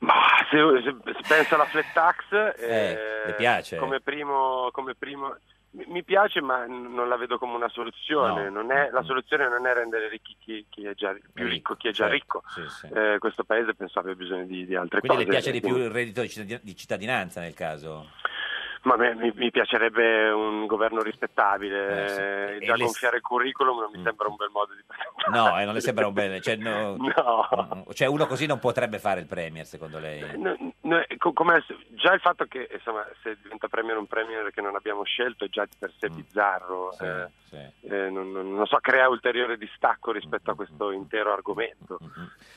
S18: Ma se, se- se penso alla flat tax, eh,
S2: le piace?
S18: Come primo, come primo- mi mi piace, ma n- non la vedo come una soluzione.
S2: No.
S18: Non è- la soluzione non è rendere ricchi chi, chi è già più ricco, chi è già
S2: certo,
S18: ricco.
S2: sì, sì.
S18: Eh, questo paese penso abbia bisogno di, di altre
S2: Quindi
S18: cose.
S2: le piace di più il reddito di cittadin- di cittadinanza nel caso?
S18: Ma a me- mi, mi piacerebbe un governo rispettabile.
S2: Eh, sì.
S18: Eh,
S2: E
S18: Già
S2: le- Mm.
S18: gonfiare il curriculum non mi sembra un bel modo di
S2: No, eh, non le sembra un bel... Cioè, no- cioè, uno così non potrebbe fare il premier, secondo lei?
S18: No, no, co- come al- già il fatto che insomma, se diventa premier un premier che non abbiamo scelto è già di per sé bizzarro,
S2: Mm. Sì,
S18: eh,
S2: sì.
S18: eh, non, non- non so, crea ulteriore distacco rispetto a questo intero argomento.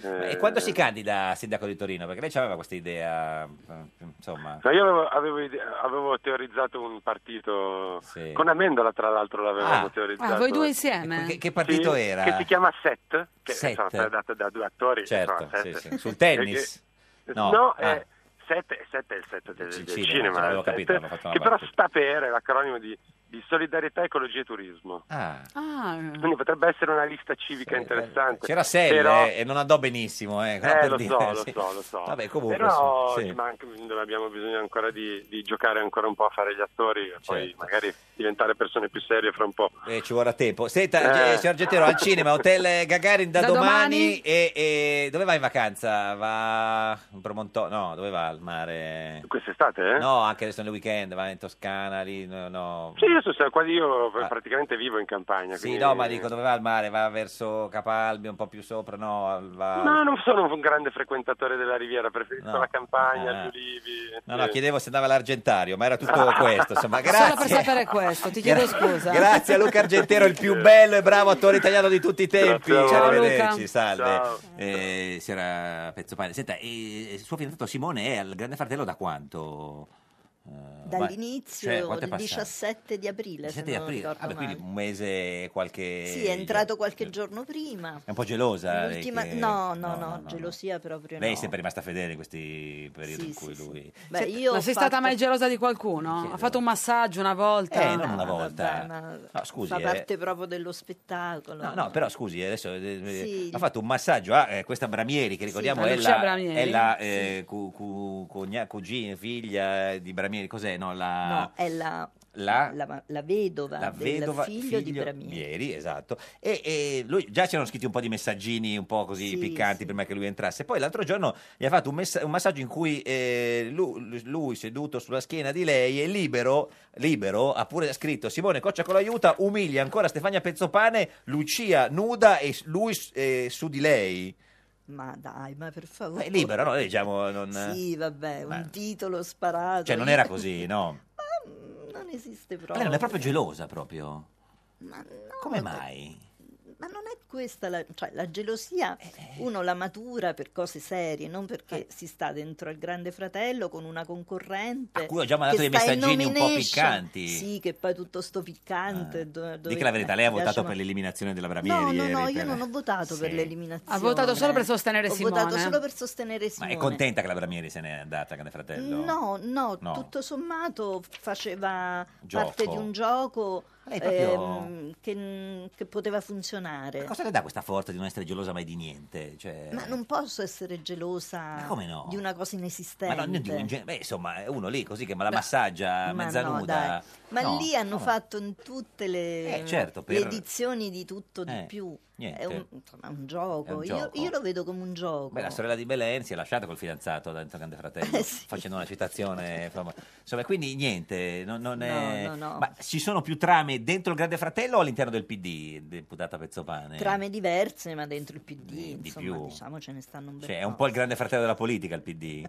S2: E
S18: Eh,
S2: quando si candida a sindaco di Torino? Perché lei aveva questa idea, eh, insomma...
S18: no, io avevo, avevo ide- avevo teorizzato un partito con Amendola, tra l'altro, l'avevamo
S2: Ah.
S18: teorizzato.
S1: Ah, voi due insieme?
S2: Ecco, Che, che partito
S18: Sì,
S2: era?
S18: Che si chiama Set, che
S2: Set.
S18: insomma, è dato da due attori.
S2: Certo,
S18: insomma, Set.
S2: sì, sì. Sul tennis?
S18: Eh, che-
S2: No,
S18: No,
S2: ah.
S18: eh, Set, Set è il set del,
S2: Il
S18: del
S2: cinema,
S18: cinema,
S2: l'avevo
S18: il set,
S2: capito, hanno fatto una
S18: che però
S2: battuta.
S18: sta per è l'acronimo di, di solidarietà, ecologia e turismo.
S2: Ah.
S1: Ah,
S18: Quindi potrebbe essere una lista civica interessante.
S2: C'era Selle
S18: però-
S2: eh, e non andò benissimo. Eh, però
S18: eh,
S2: per
S18: lo
S2: dire,
S18: so, lo
S2: sì.
S18: so, lo so.
S2: Vabbè, comunque,
S18: Però
S2: sì,
S18: ci
S2: sì.
S18: manca- abbiamo bisogno ancora di, di giocare ancora un po' a fare gli attori e poi
S2: Certo.
S18: magari diventare persone più serie fra un po'.
S2: Eh, ci vorrà tempo. Senta,
S18: Eh.
S2: eh, signor Getero, al cinema, Hotel Gagarin da,
S18: Da
S2: domani.
S18: domani.
S2: E, e dove va in vacanza? Va in Promonto? No, dove va al mare?
S18: Quest'estate? eh?
S2: No, anche adesso nel weekend, va in Toscana, lì, no, no.
S18: Sì, io so, se- quasi io praticamente vivo in campagna.
S2: Ah. Sì,
S18: quindi-
S2: no, ma dico, dove va al mare? Va verso Capalbi, un po' più sopra, no? Va...
S18: No, non sono un grande frequentatore della riviera, preferisco
S2: No.
S18: la campagna,
S2: Ah.
S18: gli ulivi.
S2: No, no, chiedevo se andava all'argentario, ma era
S18: Ah.
S2: tutto questo, insomma, grazie.
S1: Solo per sapere questo, ti chiedo
S2: Gra-
S1: scusa.
S2: Grazie a Luca Argentero, il più bello e bravo attore italiano di tutti i tempi.
S18: Eh. Grazie a voi. Ciao,
S2: Arrivederci,
S18: Luca.
S2: salve.
S18: Ciao.
S2: Eh, signora Pezzopane, senta, eh, il suo fidanzato Simone è al Grande Fratello da quanto? Eh,
S13: Dall'inizio,
S2: cioè, quanto è
S13: il
S2: passato?
S13: 17 di aprile,
S2: 17
S13: se
S2: di
S13: non
S2: aprile,
S13: ricordo
S2: vabbè, quindi
S13: male.
S2: un mese e qualche...
S13: Sì, è entrato qualche giorno prima.
S2: È un po' gelosa. lei
S13: L'ultima-
S2: che-
S13: No, no, no, gelosia proprio
S2: Lei è
S13: no.
S2: sempre rimasta fedele in questi periodi in cui lui...
S13: Beh,
S1: Senta,
S13: io
S1: non
S13: ho
S1: sei stata
S13: fatto-
S1: mai gelosa di qualcuno? Ha fatto un massaggio una volta?
S2: Eh, non una volta.
S13: Ah, Vabbè, ma
S2: No, scusi,
S13: fa
S2: eh.
S13: parte proprio dello spettacolo.
S2: No, no, però scusi, eh, adesso eh, eh,
S13: Sì.
S2: ha fatto un massaggio a eh, questa Bramieri, che ricordiamo
S13: a
S2: è
S13: Lucia
S2: la,
S13: Bramieri.
S2: è la eh, cu- cu- cogna- cugina, figlia eh, di Bramieri, cos'è? No, la,
S13: No, è la,
S2: la-
S13: la- la vedova
S2: la
S13: del
S2: vedova
S13: figlio di Bramieri.
S2: esatto. E, e lui, già c'erano scritti un po' di messaggini un po' così
S13: Sì,
S2: piccanti prima che lui entrasse. Poi l'altro giorno gli ha fatto un, messa- un massaggio in cui eh, lu- lui, seduto sulla schiena di lei e libero, libero, ha pure scritto Simone Coccia con l'aiuta, umilia ancora Stefania Pezzopane, Lucia nuda e s- lui s- eh, su di lei.
S13: Ma dai, ma per favore.
S2: È libero, no? Eh, Diciamo, non, Cioè,
S13: Sì, vabbè, un
S2: Ma-
S13: titolo sparato.
S2: cioè non era così, no?
S13: Non esiste
S2: Ma
S13: proprio.
S2: lei non è proprio gelosa, proprio.
S13: Ma no,
S2: Come
S13: ma-
S2: mai?
S13: Ma non è questa la, cioè, la gelosia,
S2: Eh,
S13: uno la matura per cose serie, non perché si sta dentro al Grande Fratello con una concorrente.
S2: A cui ho già mandato
S13: che
S2: dei
S13: sta in
S2: messaggini un po'
S13: nomination.
S2: piccanti. Ah.
S13: Sì, che poi tutto sto piccante. do- dove-
S2: Dica la verità, lei ha
S13: mi piace,
S2: votato
S13: ma-
S2: per l'eliminazione della Bravina
S13: No,
S2: di
S13: no,
S2: ieri.
S13: no, io
S2: per-
S13: non ho votato per
S2: eh. Sì.
S13: l'eliminazione.
S1: Ha votato solo per sostenere
S13: Ho
S1: Simone.
S13: votato solo per sostenere
S2: Ma
S13: Simone.
S2: è contenta che la Bramieri se n'è andata, Grande Fratello?
S13: No, no,
S2: No.
S13: tutto sommato faceva
S2: Gioco.
S13: parte di un gioco
S2: Lei proprio-
S13: ehm, che, che poteva funzionare.
S2: Cosa le dà questa forza di non essere gelosa mai di niente? Cioè...
S13: Mm. Ma non posso essere gelosa
S2: come no?
S13: di una cosa
S2: Ma
S13: inesistente.
S2: no, non di un gen- beh, insomma, è uno lì così che me la
S13: Beh,
S2: massaggia
S13: Ma
S2: mezza
S13: no,
S2: nuda.
S13: dai. Ma
S2: No,
S13: lì hanno
S2: no.
S13: fatto in tutte le,
S2: Eh, certo,
S13: le
S2: per-
S13: edizioni di tutto di
S2: Eh,
S13: più.
S2: niente.
S13: È un, insomma, è un gioco.
S2: È un
S13: Io-
S2: gioco.
S13: Io, lo vedo come un gioco.
S2: Beh, la sorella di Belen si è lasciata col fidanzato dentro Grande Fratello, facendo una citazione famosa. Insomma, quindi niente, non, non è...
S13: No, no, no.
S2: Ma ci sono più trame dentro il Grande Fratello o all'interno del PD, deputata Pezzopane?
S13: Trame diverse, ma dentro il PD, insomma,
S2: più.
S13: diciamo ce ne stanno un bel
S2: Cioè, è
S13: po'.
S2: un po' il Grande Fratello della politica, il PD.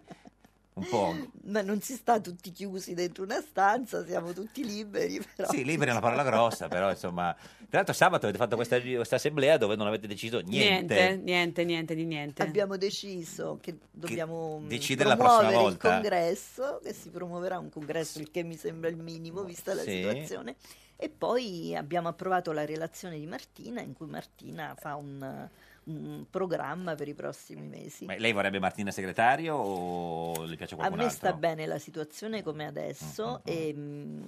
S2: Un po'.
S13: Ma non si sta tutti chiusi dentro una stanza, siamo tutti liberi, però.
S2: Sì, liberi è una parola grossa, però insomma... Tra l'altro sabato avete fatto questa, questa assemblea dove non avete deciso niente.
S1: Niente, niente, niente di niente.
S13: Abbiamo deciso che dobbiamo mm,
S2: decidere la prossima
S13: promuovere il
S2: volta.
S13: congresso, che si promuoverà un congresso, il che mi sembra il minimo, vista la
S2: Sì.
S13: situazione. E poi abbiamo approvato la relazione di Martina, in cui Martina fa un, un programma per i prossimi mesi.
S2: Ma lei vorrebbe Martina segretario o le piace
S13: A
S2: qualcun
S13: me
S2: altro?
S13: sta bene la situazione
S2: Mm,
S13: come adesso e mh,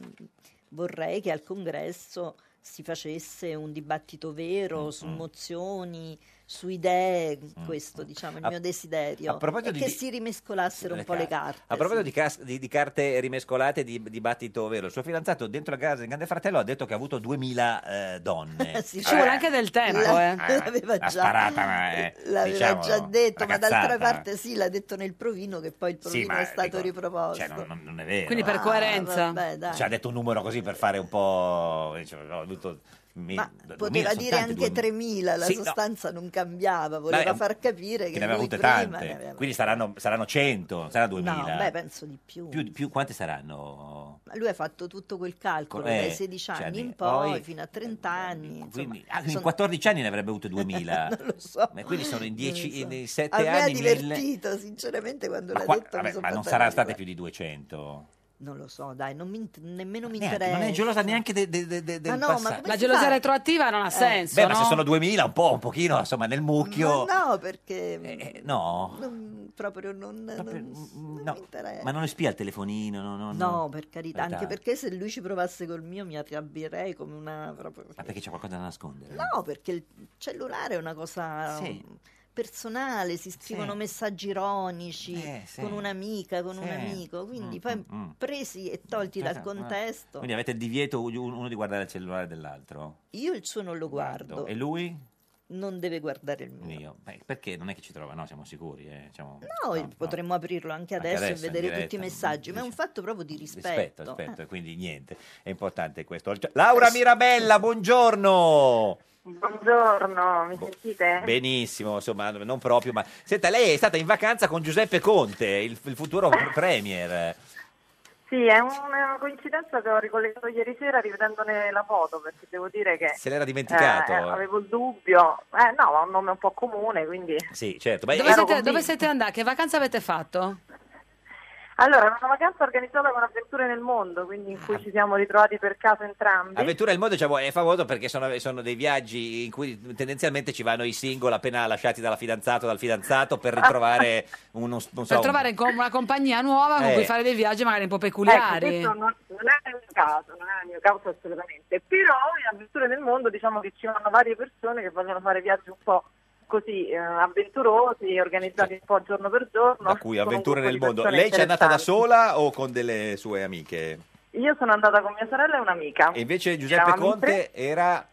S13: vorrei che al congresso si facesse un dibattito vero
S2: Mm,
S13: su mozioni, su idee, questo diciamo è il
S2: mm. A-
S13: mio desiderio,
S2: a proposito
S13: e
S2: di-
S13: che si rimescolassero un po' le carte.
S2: A proposito
S13: sì.
S2: di, cas- di- di carte rimescolate di dibattito vero, il suo fidanzato dentro la casa di Grande Fratello ha detto che ha avuto 2000 eh, donne.
S13: Sì,
S1: Ci vuole anche del tempo, eh.
S13: l'aveva
S2: Ha
S13: già-
S2: sparata, ma eh,
S13: L'aveva
S2: diciamolo,
S13: già detto,
S2: una
S13: ma d'altra
S2: cazzata.
S13: parte sì, l'ha detto nel provino che poi il
S2: Sì,
S13: provino
S2: ma
S13: è stato
S2: dico,
S13: riproposto.
S2: cioè, non, non- non è vero. Cioè,
S1: Quindi per
S13: Ah,
S1: coerenza.
S13: vabbè, dai.
S2: Ci ha detto un numero così per fare un po'. Cioè, ho avuto mi-
S13: Ma
S2: duemila
S13: poteva
S2: sono
S13: dire
S2: tanti,
S13: anche
S2: duemila.
S13: 3.000, la
S2: Sì, no.
S13: sostanza non cambiava, voleva
S2: Vabbè,
S13: far capire che,
S2: Che ne aveva
S13: lui
S2: avute
S13: prima
S2: tante,
S13: ne aveva-
S2: quindi saranno, saranno 100, non saranno 2000.
S13: No, beh, penso di più.
S2: più, più quante saranno?
S13: Ma Lui ha fatto tutto quel calcolo
S2: Eh,
S13: dai 16 anni
S2: cioè,
S13: in
S2: poi-
S13: poi, fino a 30 anni. insomma,
S2: Quindi, ah, quindi in
S13: sono-
S2: 14 anni ne avrebbe avute 2000.
S13: non lo so.
S2: Ma quindi sono in dieci-
S13: Non lo so.
S2: in sette
S13: a me
S2: anni,
S13: ha
S2: mille-
S13: divertito, sinceramente, quando
S2: Ma,
S13: l'ha
S2: qua-
S13: detto. mi
S2: vabbè,
S13: sono
S2: ma non
S13: fatta
S2: saranno
S13: le
S2: state
S13: due.
S2: più di 200.
S13: Non lo so, dai, non mi int- nemmeno mi
S2: Neanche,
S13: interessa.
S2: non è gelosa neanche de- de- de- de- del
S13: Ma no, ma
S2: passato.
S13: come
S1: La
S13: si
S1: gelosia
S13: fa? Eh.
S1: retroattiva non ha senso.
S2: Beh, ma se
S1: no?
S2: sono 2000, un po', un pochino, insomma, nel mucchio.
S13: Ma no, perché
S2: Eh, no.
S13: non- proprio non, non- non mi interessa.
S2: Ma non le spia il telefonino? No, no, no.
S13: Eh. No, per carità,
S2: Guarda,
S13: anche perché se lui ci provasse col mio mi arrabbierei come una... proprio-
S2: Ma perché c'è qualcosa da nascondere?
S13: No, perché il cellulare è una cosa
S2: Sì.
S13: um, personale, si scrivono
S2: Sì.
S13: messaggi ironici
S2: Eh, sì.
S13: con un'amica, con un
S2: Sì.
S13: amico, quindi
S2: Mm,
S13: poi
S2: mm, mm.
S13: presi e tolti dal
S2: Esatto, eh.
S13: contesto.
S2: Quindi avete il divieto u- uno di guardare il cellulare dell'altro?
S13: Io il suo non lo guardo,
S2: E lui?
S13: non deve guardare il mio.
S2: Io. Beh, perché non è che ci trova, no, siamo sicuri. eh, diciamo-
S13: No, potremmo aprirlo anche
S2: Anche
S13: adesso,
S2: adesso,
S13: e
S2: in
S13: vedere
S2: diretta,
S13: tutti i
S2: mm,
S13: messaggi, ma è un fatto proprio di rispetto.
S2: Rispetto,
S13: Eh.
S2: rispetto, quindi niente, è importante questo. Cioè, Laura Mirabella, buongiorno!
S19: Buongiorno, mi
S1: Eh.
S19: sentite?
S2: Benissimo, insomma, non proprio, ma... Senta, lei è stata in vacanza con Giuseppe Conte, il, il futuro
S1: Ah.
S2: premier.
S19: Sì, è una coincidenza che ho ricollegato ieri sera rivedendone la foto, perché devo dire che...
S2: Se l'era dimenticato.
S19: eh, avevo il dubbio. Eh, no, ha un nome un po' comune, quindi...
S2: Sì, certo. Ma
S1: Eh, Dove
S2: ero
S1: siete,
S2: convinto.
S1: dove siete andati? Che vacanza avete fatto?
S19: Allora, è una vacanza organizzata con Avventure nel Mondo, quindi in
S6: Ah.
S19: cui ci siamo ritrovati per caso entrambi.
S2: Avventura del mondo diciamo, è famoso perché sono, sono dei viaggi in cui tendenzialmente ci vanno i single appena lasciati dalla fidanzata o dal fidanzato per ritrovare uno, non so,
S1: Per trovare co- una compagnia nuova con
S2: Eh.
S1: cui fare dei viaggi magari un po'
S19: Ecco,
S1: peculiari.
S19: questo non, non è il mio caso, non è il mio caso assolutamente. Però in avventure nel mondo diciamo che ci vanno varie persone che vogliono fare viaggi un po' così eh, avventurosi, organizzati un po' giorno per giorno.
S2: da cui
S19: Con un
S2: avventure
S19: gruppo
S2: nel
S19: di
S2: mondo.
S19: persone
S2: Lei ci è andata da
S19: interessanti.
S2: sola o con delle sue amiche?
S19: Io sono andata con mia sorella e un'amica.
S2: E invece Giuseppe
S19: Eravamo in
S2: Conte era...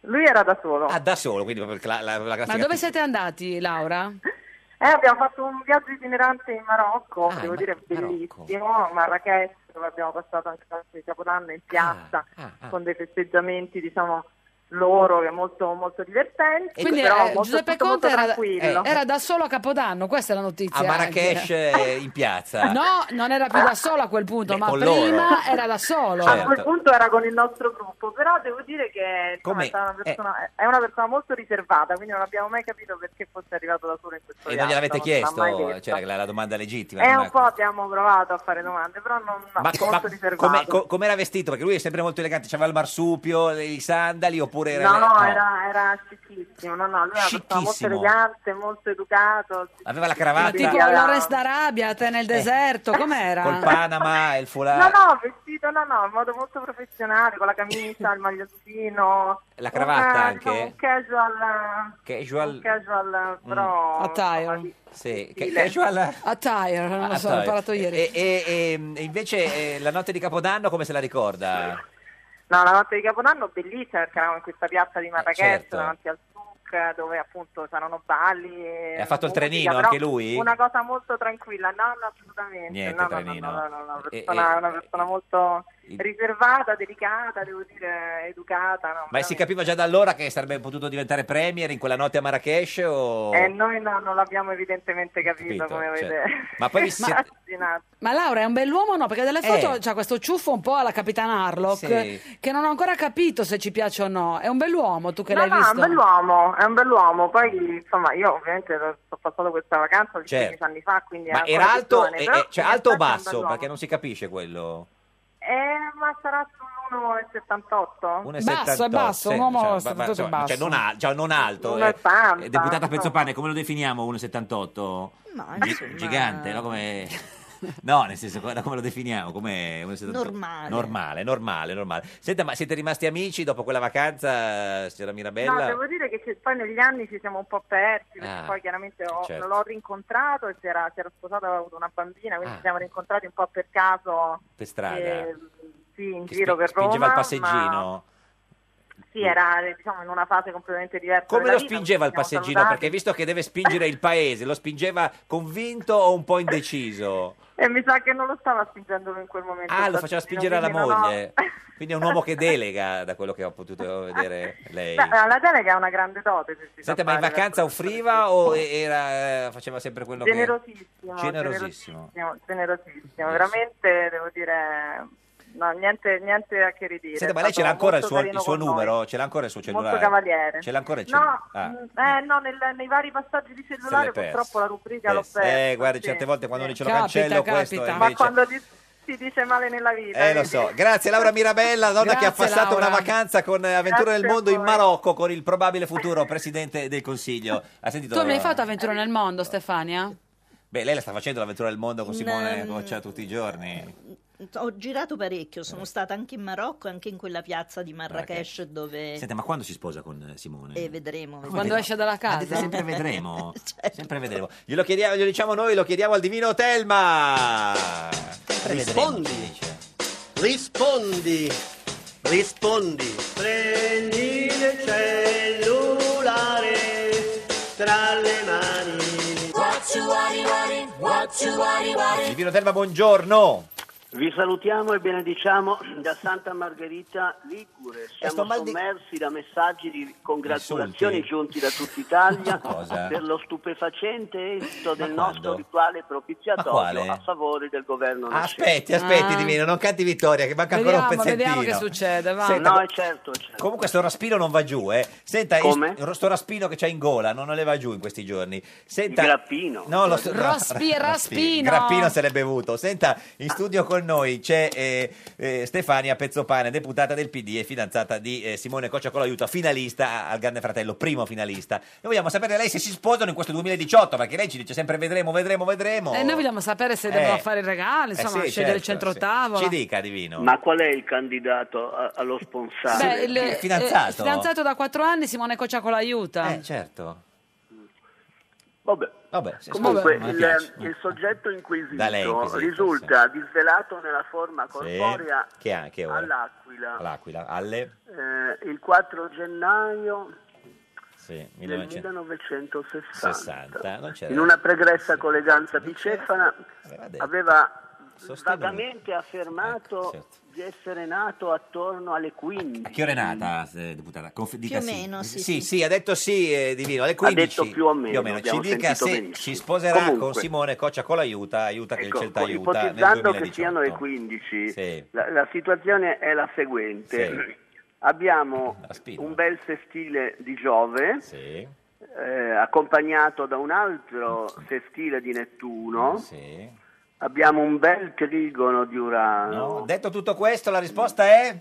S19: Lui era da solo.
S2: Ah, da solo, quindi proprio la, la, la
S1: Ma
S2: classica...
S1: dove siete andati, Laura?
S19: Eh, abbiamo fatto un viaggio itinerante in Marocco,
S1: Ah,
S19: devo
S1: in
S19: dire
S1: Marocco.
S19: bellissimo, Marrakesh, dove abbiamo passato anche il Capodanno in piazza,
S4: ah, ah.
S19: con dei festeggiamenti, diciamo, loro, che è molto, molto divertente.
S1: Quindi
S19: però
S1: eh,
S19: molto-
S1: Giuseppe
S19: tutto molto
S1: Conte era,
S19: tranquillo.
S1: eh, era da solo a Capodanno, questa è la notizia.
S2: A Marrakesh
S1: anche.
S2: eh, in piazza.
S1: No, non era più da solo a quel punto, ma
S2: con
S1: prima
S2: loro.
S1: era da solo.
S2: Certo. A quel
S19: punto era con il nostro gruppo, però devo dire che insomma,
S2: Com'è?
S19: è, stata
S1: Eh.
S19: una persona, è una persona molto riservata, quindi non abbiamo mai capito perché fosse arrivato da solo in questo
S2: E non gliel'avete
S19: viaggio, non l'ha mai
S2: chiesto?
S19: detto.
S2: Cioè, la, la domanda legittima.
S19: Eh,
S2: com'era-
S19: un po' abbiamo provato a fare domande, però non no,
S2: Ma,
S19: molto
S2: ma
S19: riservato.
S2: come, co- com'era vestito? Perché lui è sempre molto elegante, c'aveva il marsupio, le- i sandali oppure era...
S19: No, no, era, era scicchissimo, no, no, lui era una persona molto
S2: Scicchissimo.
S19: elegante, molto educato.
S2: Aveva la
S1: Ma
S2: cravatta Eh.
S1: tipo Lawrence d'Arabia, te nel deserto,
S2: col
S1: com'era?
S2: Panama e il foulard.
S19: No, no, vestito, no, no, in modo molto professionale, con la camicia, il magliottino.
S2: La cravatta
S19: una-
S2: anche?
S19: diciamo, Un casual...
S2: Casual... Mm.
S19: Un casual, però...
S1: Attire.
S2: Sì, ca- casual...
S1: Attire, non lo so, l'ho
S2: Attire.
S1: imparato ieri.
S2: E, e- e- e invece eh, la notte di Capodanno come se la ricorda?
S19: No, la notte di Capodanno bellissima perché eravamo in questa piazza di Marrakech
S2: certo.
S19: davanti al souk dove appunto c'erano balli. E
S2: E ha fatto il
S19: musica,
S2: trenino
S19: però
S2: anche lui?
S19: Una cosa molto tranquilla, no, no, assolutamente.
S2: Niente,
S19: no, no, no,
S2: trenino.
S19: no, no, no, una
S2: E-
S19: persona,
S2: e-
S19: una persona molto
S2: Il-
S19: riservata, delicata, devo dire, educata. No,
S2: Ma si capiva già da allora che sarebbe potuto diventare premier in quella notte a Marrakesh o...
S19: E noi Eh, no, non l'abbiamo evidentemente capito,
S2: Oh. Capito,
S19: come
S2: cioè.
S19: avete
S2: Ma poi vi siete-
S19: immaginato.
S1: Ma Laura è un bell'uomo o no? Perché delle
S2: Eh.
S1: foto c'ha questo ciuffo un po' alla Capitana Harlock
S2: Sì.
S1: che non ho ancora capito se ci piace o no. È un bell'uomo, tu che
S19: No,
S1: l'hai
S19: no, è
S1: visto?
S19: un bell'uomo, è un bell'uomo. Poi, insomma, io ovviamente ho passato questa vacanza 15
S2: Certo.
S19: anni fa, quindi
S2: Ma
S19: ancora
S2: era
S19: più
S2: alto,
S19: giovane,
S2: eh,
S19: però
S2: eh, cioè,
S19: in
S2: alto o
S19: realtà c'è un
S2: basso?
S19: bell'uomo.
S2: Perché non si capisce quello.
S19: Eh, ma sarà
S2: 1,78,
S19: sull'1,78?
S2: sì, cioè, ba- ba- insomma, cioè, non, al- cioè, non alto. eh.
S19: 1,80,
S2: Eh, deputata
S19: no.
S2: Pezzopane, come lo definiamo 1,78?
S13: Ma
S2: Gi-
S13: Ah, insomma,
S2: Gigante, no? Come... No, nel senso, co- no, come lo definiamo? Come 1,78?
S13: Normale.
S2: Normale, normale, normale. Senta, ma siete rimasti amici dopo quella vacanza, signora
S19: No,
S2: Mirabella?
S19: devo dire che ci- poi negli anni ci siamo un po' persi, perché
S2: Ah,
S19: poi chiaramente ho-
S2: certo.
S19: l'ho rincontrato e si era, si era sposato, aveva avuto una bambina, quindi
S2: Ah.
S19: ci siamo rincontrati un po' per caso.
S2: per strada.
S19: eh, sì, in
S2: Che
S19: giro
S2: spi-
S19: per Roma.
S2: spingeva il
S19: ma-
S2: passeggino.
S19: Sì, era eh, diciamo in una fase completamente diversa.
S2: Come
S19: della
S2: lo
S19: vita,
S2: spingeva il
S19: quindi ci siamo
S2: passeggino?
S19: salutati.
S2: Perché visto che deve spingere il paese, lo spingeva convinto o un po' indeciso?
S19: E mi sa che non lo stava spingendo lui in quel momento.
S2: Ah,
S19: il
S2: lo faceva
S19: passeggino,
S2: spingere alla
S19: quindi non ho-
S2: moglie. Quindi è un uomo che delega, da quello che ho potuto vedere lei.
S19: Beh, eh, la delega è una grande dote. se si
S2: Senta,
S19: sa
S2: ma in
S19: fare,
S2: vacanza offriva o era, eh, faceva sempre quello che...
S19: Generosissimo,
S2: Generosissimo.
S19: generosissimo, generosissimo. veramente devo dire, no, niente, niente a che ridire.
S2: Senta, ma
S19: è
S2: lei
S19: stato
S2: c'era ancora il
S19: molto
S2: suo, il
S19: carino
S2: suo
S19: con noi.
S2: numero? Ce l'ha ancora il suo cellulare?
S19: Molto cavaliere.
S2: Ce l'ha ancora il cellulare?
S19: No,
S2: Ah.
S19: mh, eh, no nel- nei vari passaggi di cellulare
S2: l'è persa.
S19: purtroppo la rubrica
S2: Eh,
S19: l'ho
S2: sì.
S19: persa.
S2: Eh, guarda,
S19: sì,
S2: certe volte quando
S19: sì.
S2: dice lo cancello, questo invece...
S19: Ma quando ti- si dice male nella vita.
S2: Eh, lo
S19: vedi?
S2: so. Grazie Laura Mirabella, donna che ha
S19: Grazie,
S2: passato
S19: Laura.
S2: una vacanza con eh, Avventure
S19: Grazie
S2: nel
S19: a
S2: Mondo in
S19: voi.
S2: Marocco con il probabile futuro presidente del Consiglio. Ha sentito?
S1: Tu mi hai fatto avventura nel mondo, Stefania?
S2: Beh, lei la sta facendo l'avventura del mondo con
S13: In,
S2: Simone
S13: ehm,
S2: Goccia tutti i giorni.
S13: Eh, Ho girato parecchio,
S2: Eh.
S13: sono stata anche in Marocco, anche in quella piazza di Marrakesh dove...
S2: Senta, ma quando si sposa con eh, Simone?
S13: E vedremo.
S1: Quando esce dalla
S2: Ha detto
S1: casa?
S2: sempre vedremo.
S1: Certo.
S2: Sempre vedremo. Glielo, chiediamo, glielo diciamo noi, lo chiediamo al divino Telma.
S20: Rispondi. Rispondi. Rispondi. Prendi il cellulare tra le mani.
S4: What you worry, worry, what you worry, worry.
S2: Divino Telma, buongiorno.
S20: Vi salutiamo e benediciamo da Santa Margherita Ligure. Siamo sommersi da messaggi di congratulazioni
S2: Insulti.
S20: giunti da tutta Italia
S2: cosa?
S20: per lo stupefacente esito del
S2: quando?
S20: nostro rituale propiziatorio
S2: quale?
S20: a favore del governo nazionale.
S2: Aspetti, aspetti,
S20: Ah.
S2: Divino, non canti vittoria, che manca ancora un
S1: Vediamo,
S2: pezzettino.
S1: vediamo che succede, va.
S2: Senta,
S20: No, è certo, è certo.
S2: Comunque sto raspino non va giù, eh. Senta,
S20: Come?
S2: il- sto raspino che c'è in gola non le va giù in questi giorni. Senta,
S20: Il grappino.
S2: No, lo sto- no,
S1: Raspi-
S2: ra-
S1: raspino.
S2: Il grappino se l'è bevuto. Senta, in studio con noi c'è eh, eh, Stefania Pezzopane, deputata del PD e fidanzata di eh, Simone Coccia con l'aiuto, finalista a- al Grande Fratello, primo finalista. E vogliamo sapere da lei se si sposano in questo 2018, perché lei ci dice sempre vedremo, vedremo, vedremo.
S1: E noi vogliamo sapere se
S2: Eh.
S1: devono fare il regalo, insomma,
S2: Eh sì,
S1: scegliere il
S2: certo,
S1: centro
S2: sì.
S1: tavola.
S2: Ci dica, Divino.
S20: Ma qual è il candidato a- allo
S1: Beh,
S20: sponsore?
S1: il, eh, il fidanzato da quattro anni, Simone Coccia con l'aiuta.
S2: Eh, certo.
S20: Vabbè.
S2: Vabbè, se-
S20: Comunque
S2: Vabbè, mi piace.
S20: il, il soggetto
S2: Da lei
S20: inquisito
S2: inquisito,
S20: risulta disvelato nella forma corporea
S2: Sì. Che ha- che ora?
S20: all'Aquila
S2: All'Aquila, alle...
S20: eh, il 4 gennaio
S2: Sì,
S20: del
S2: 1960.
S20: 1960
S2: Non c'era. Cioè, eh,
S20: in una pregressa colleganza bicefana aveva
S2: Sostenuto.
S20: vagamente affermato
S2: Ecco, certo.
S20: di essere nato attorno alle 15.
S2: A che ora è nata, eh, deputata? Conf- dica
S20: Più o
S2: sì.
S20: meno,
S2: Dica-
S20: sì,
S2: sì, ha detto sì, eh, Divino, alle 15.
S20: detto più o meno,
S2: Ci
S20: abbiamo
S2: dica
S20: sentito
S2: se
S20: benissimo.
S2: ci sposerà con
S20: Comunque.
S2: Simone Coccia con l'aiuta, aiuta che
S20: Ecco,
S2: il Celta aiuta nel
S20: ipotizzando che
S2: 2018.
S20: siano le 15,
S2: Sì.
S20: la, la situazione è la seguente.
S2: Sì.
S20: Abbiamo
S2: spina.
S20: un bel sestile di Giove, eh, accompagnato da un altro sestile di Nettuno, abbiamo un bel trigono di Urano.
S2: No, Detto tutto questo, la risposta è...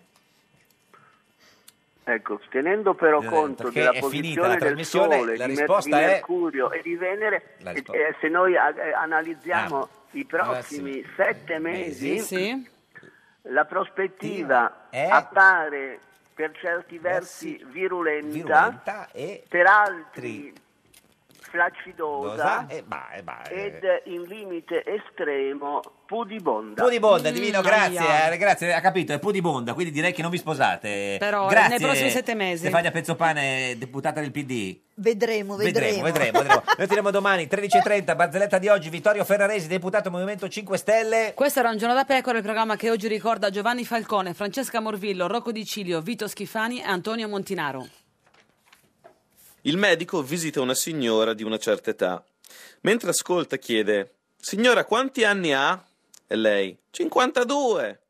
S20: Ecco, tenendo però
S2: Eh,
S20: conto
S2: perché
S20: della
S2: è finita la
S20: posizione del
S2: trasmissione,
S20: Sole,
S2: la
S20: di, Mer-
S2: risposta
S20: di
S2: è-
S20: Mercurio e di Venere,
S2: La
S20: e-
S2: rispo-
S20: e se noi eh, analizziamo
S2: Ah.
S20: i prossimi sette mesi,
S2: Mesi, sì.
S20: la prospettiva
S2: È-
S20: appare per certi versi virulenta,
S2: virulenta e-
S20: per altri
S2: Tri-
S20: flaccidosa
S2: Dosa e ba- e ba-
S20: ed in limite estremo pudibonda.
S2: Pudibonda,
S1: Mm,
S2: Divino, grazie, eh, grazie, ha capito, è Pudibonda, quindi direi che non vi sposate.
S1: Per ora,
S2: grazie,
S1: nei prossimi sette mesi.
S2: Stefania Pezzopane, deputata del PD.
S13: Vedremo, vedremo.
S2: Vedremo, vedremo, vedremo. Noi tiriamo domani 13.30, barzelletta di oggi, Vittorio Ferraresi, deputato Movimento 5 Stelle.
S1: Eh, Questo era un giorno da pecora, il programma che oggi ricorda Giovanni Falcone, Francesca Morvillo, Rocco Di Cilio, Vito Schifani e Antonio Montinaro.
S3: Il medico visita una signora di una certa età. Mentre ascolta chiede: Signora, quanti anni ha? E lei: 52.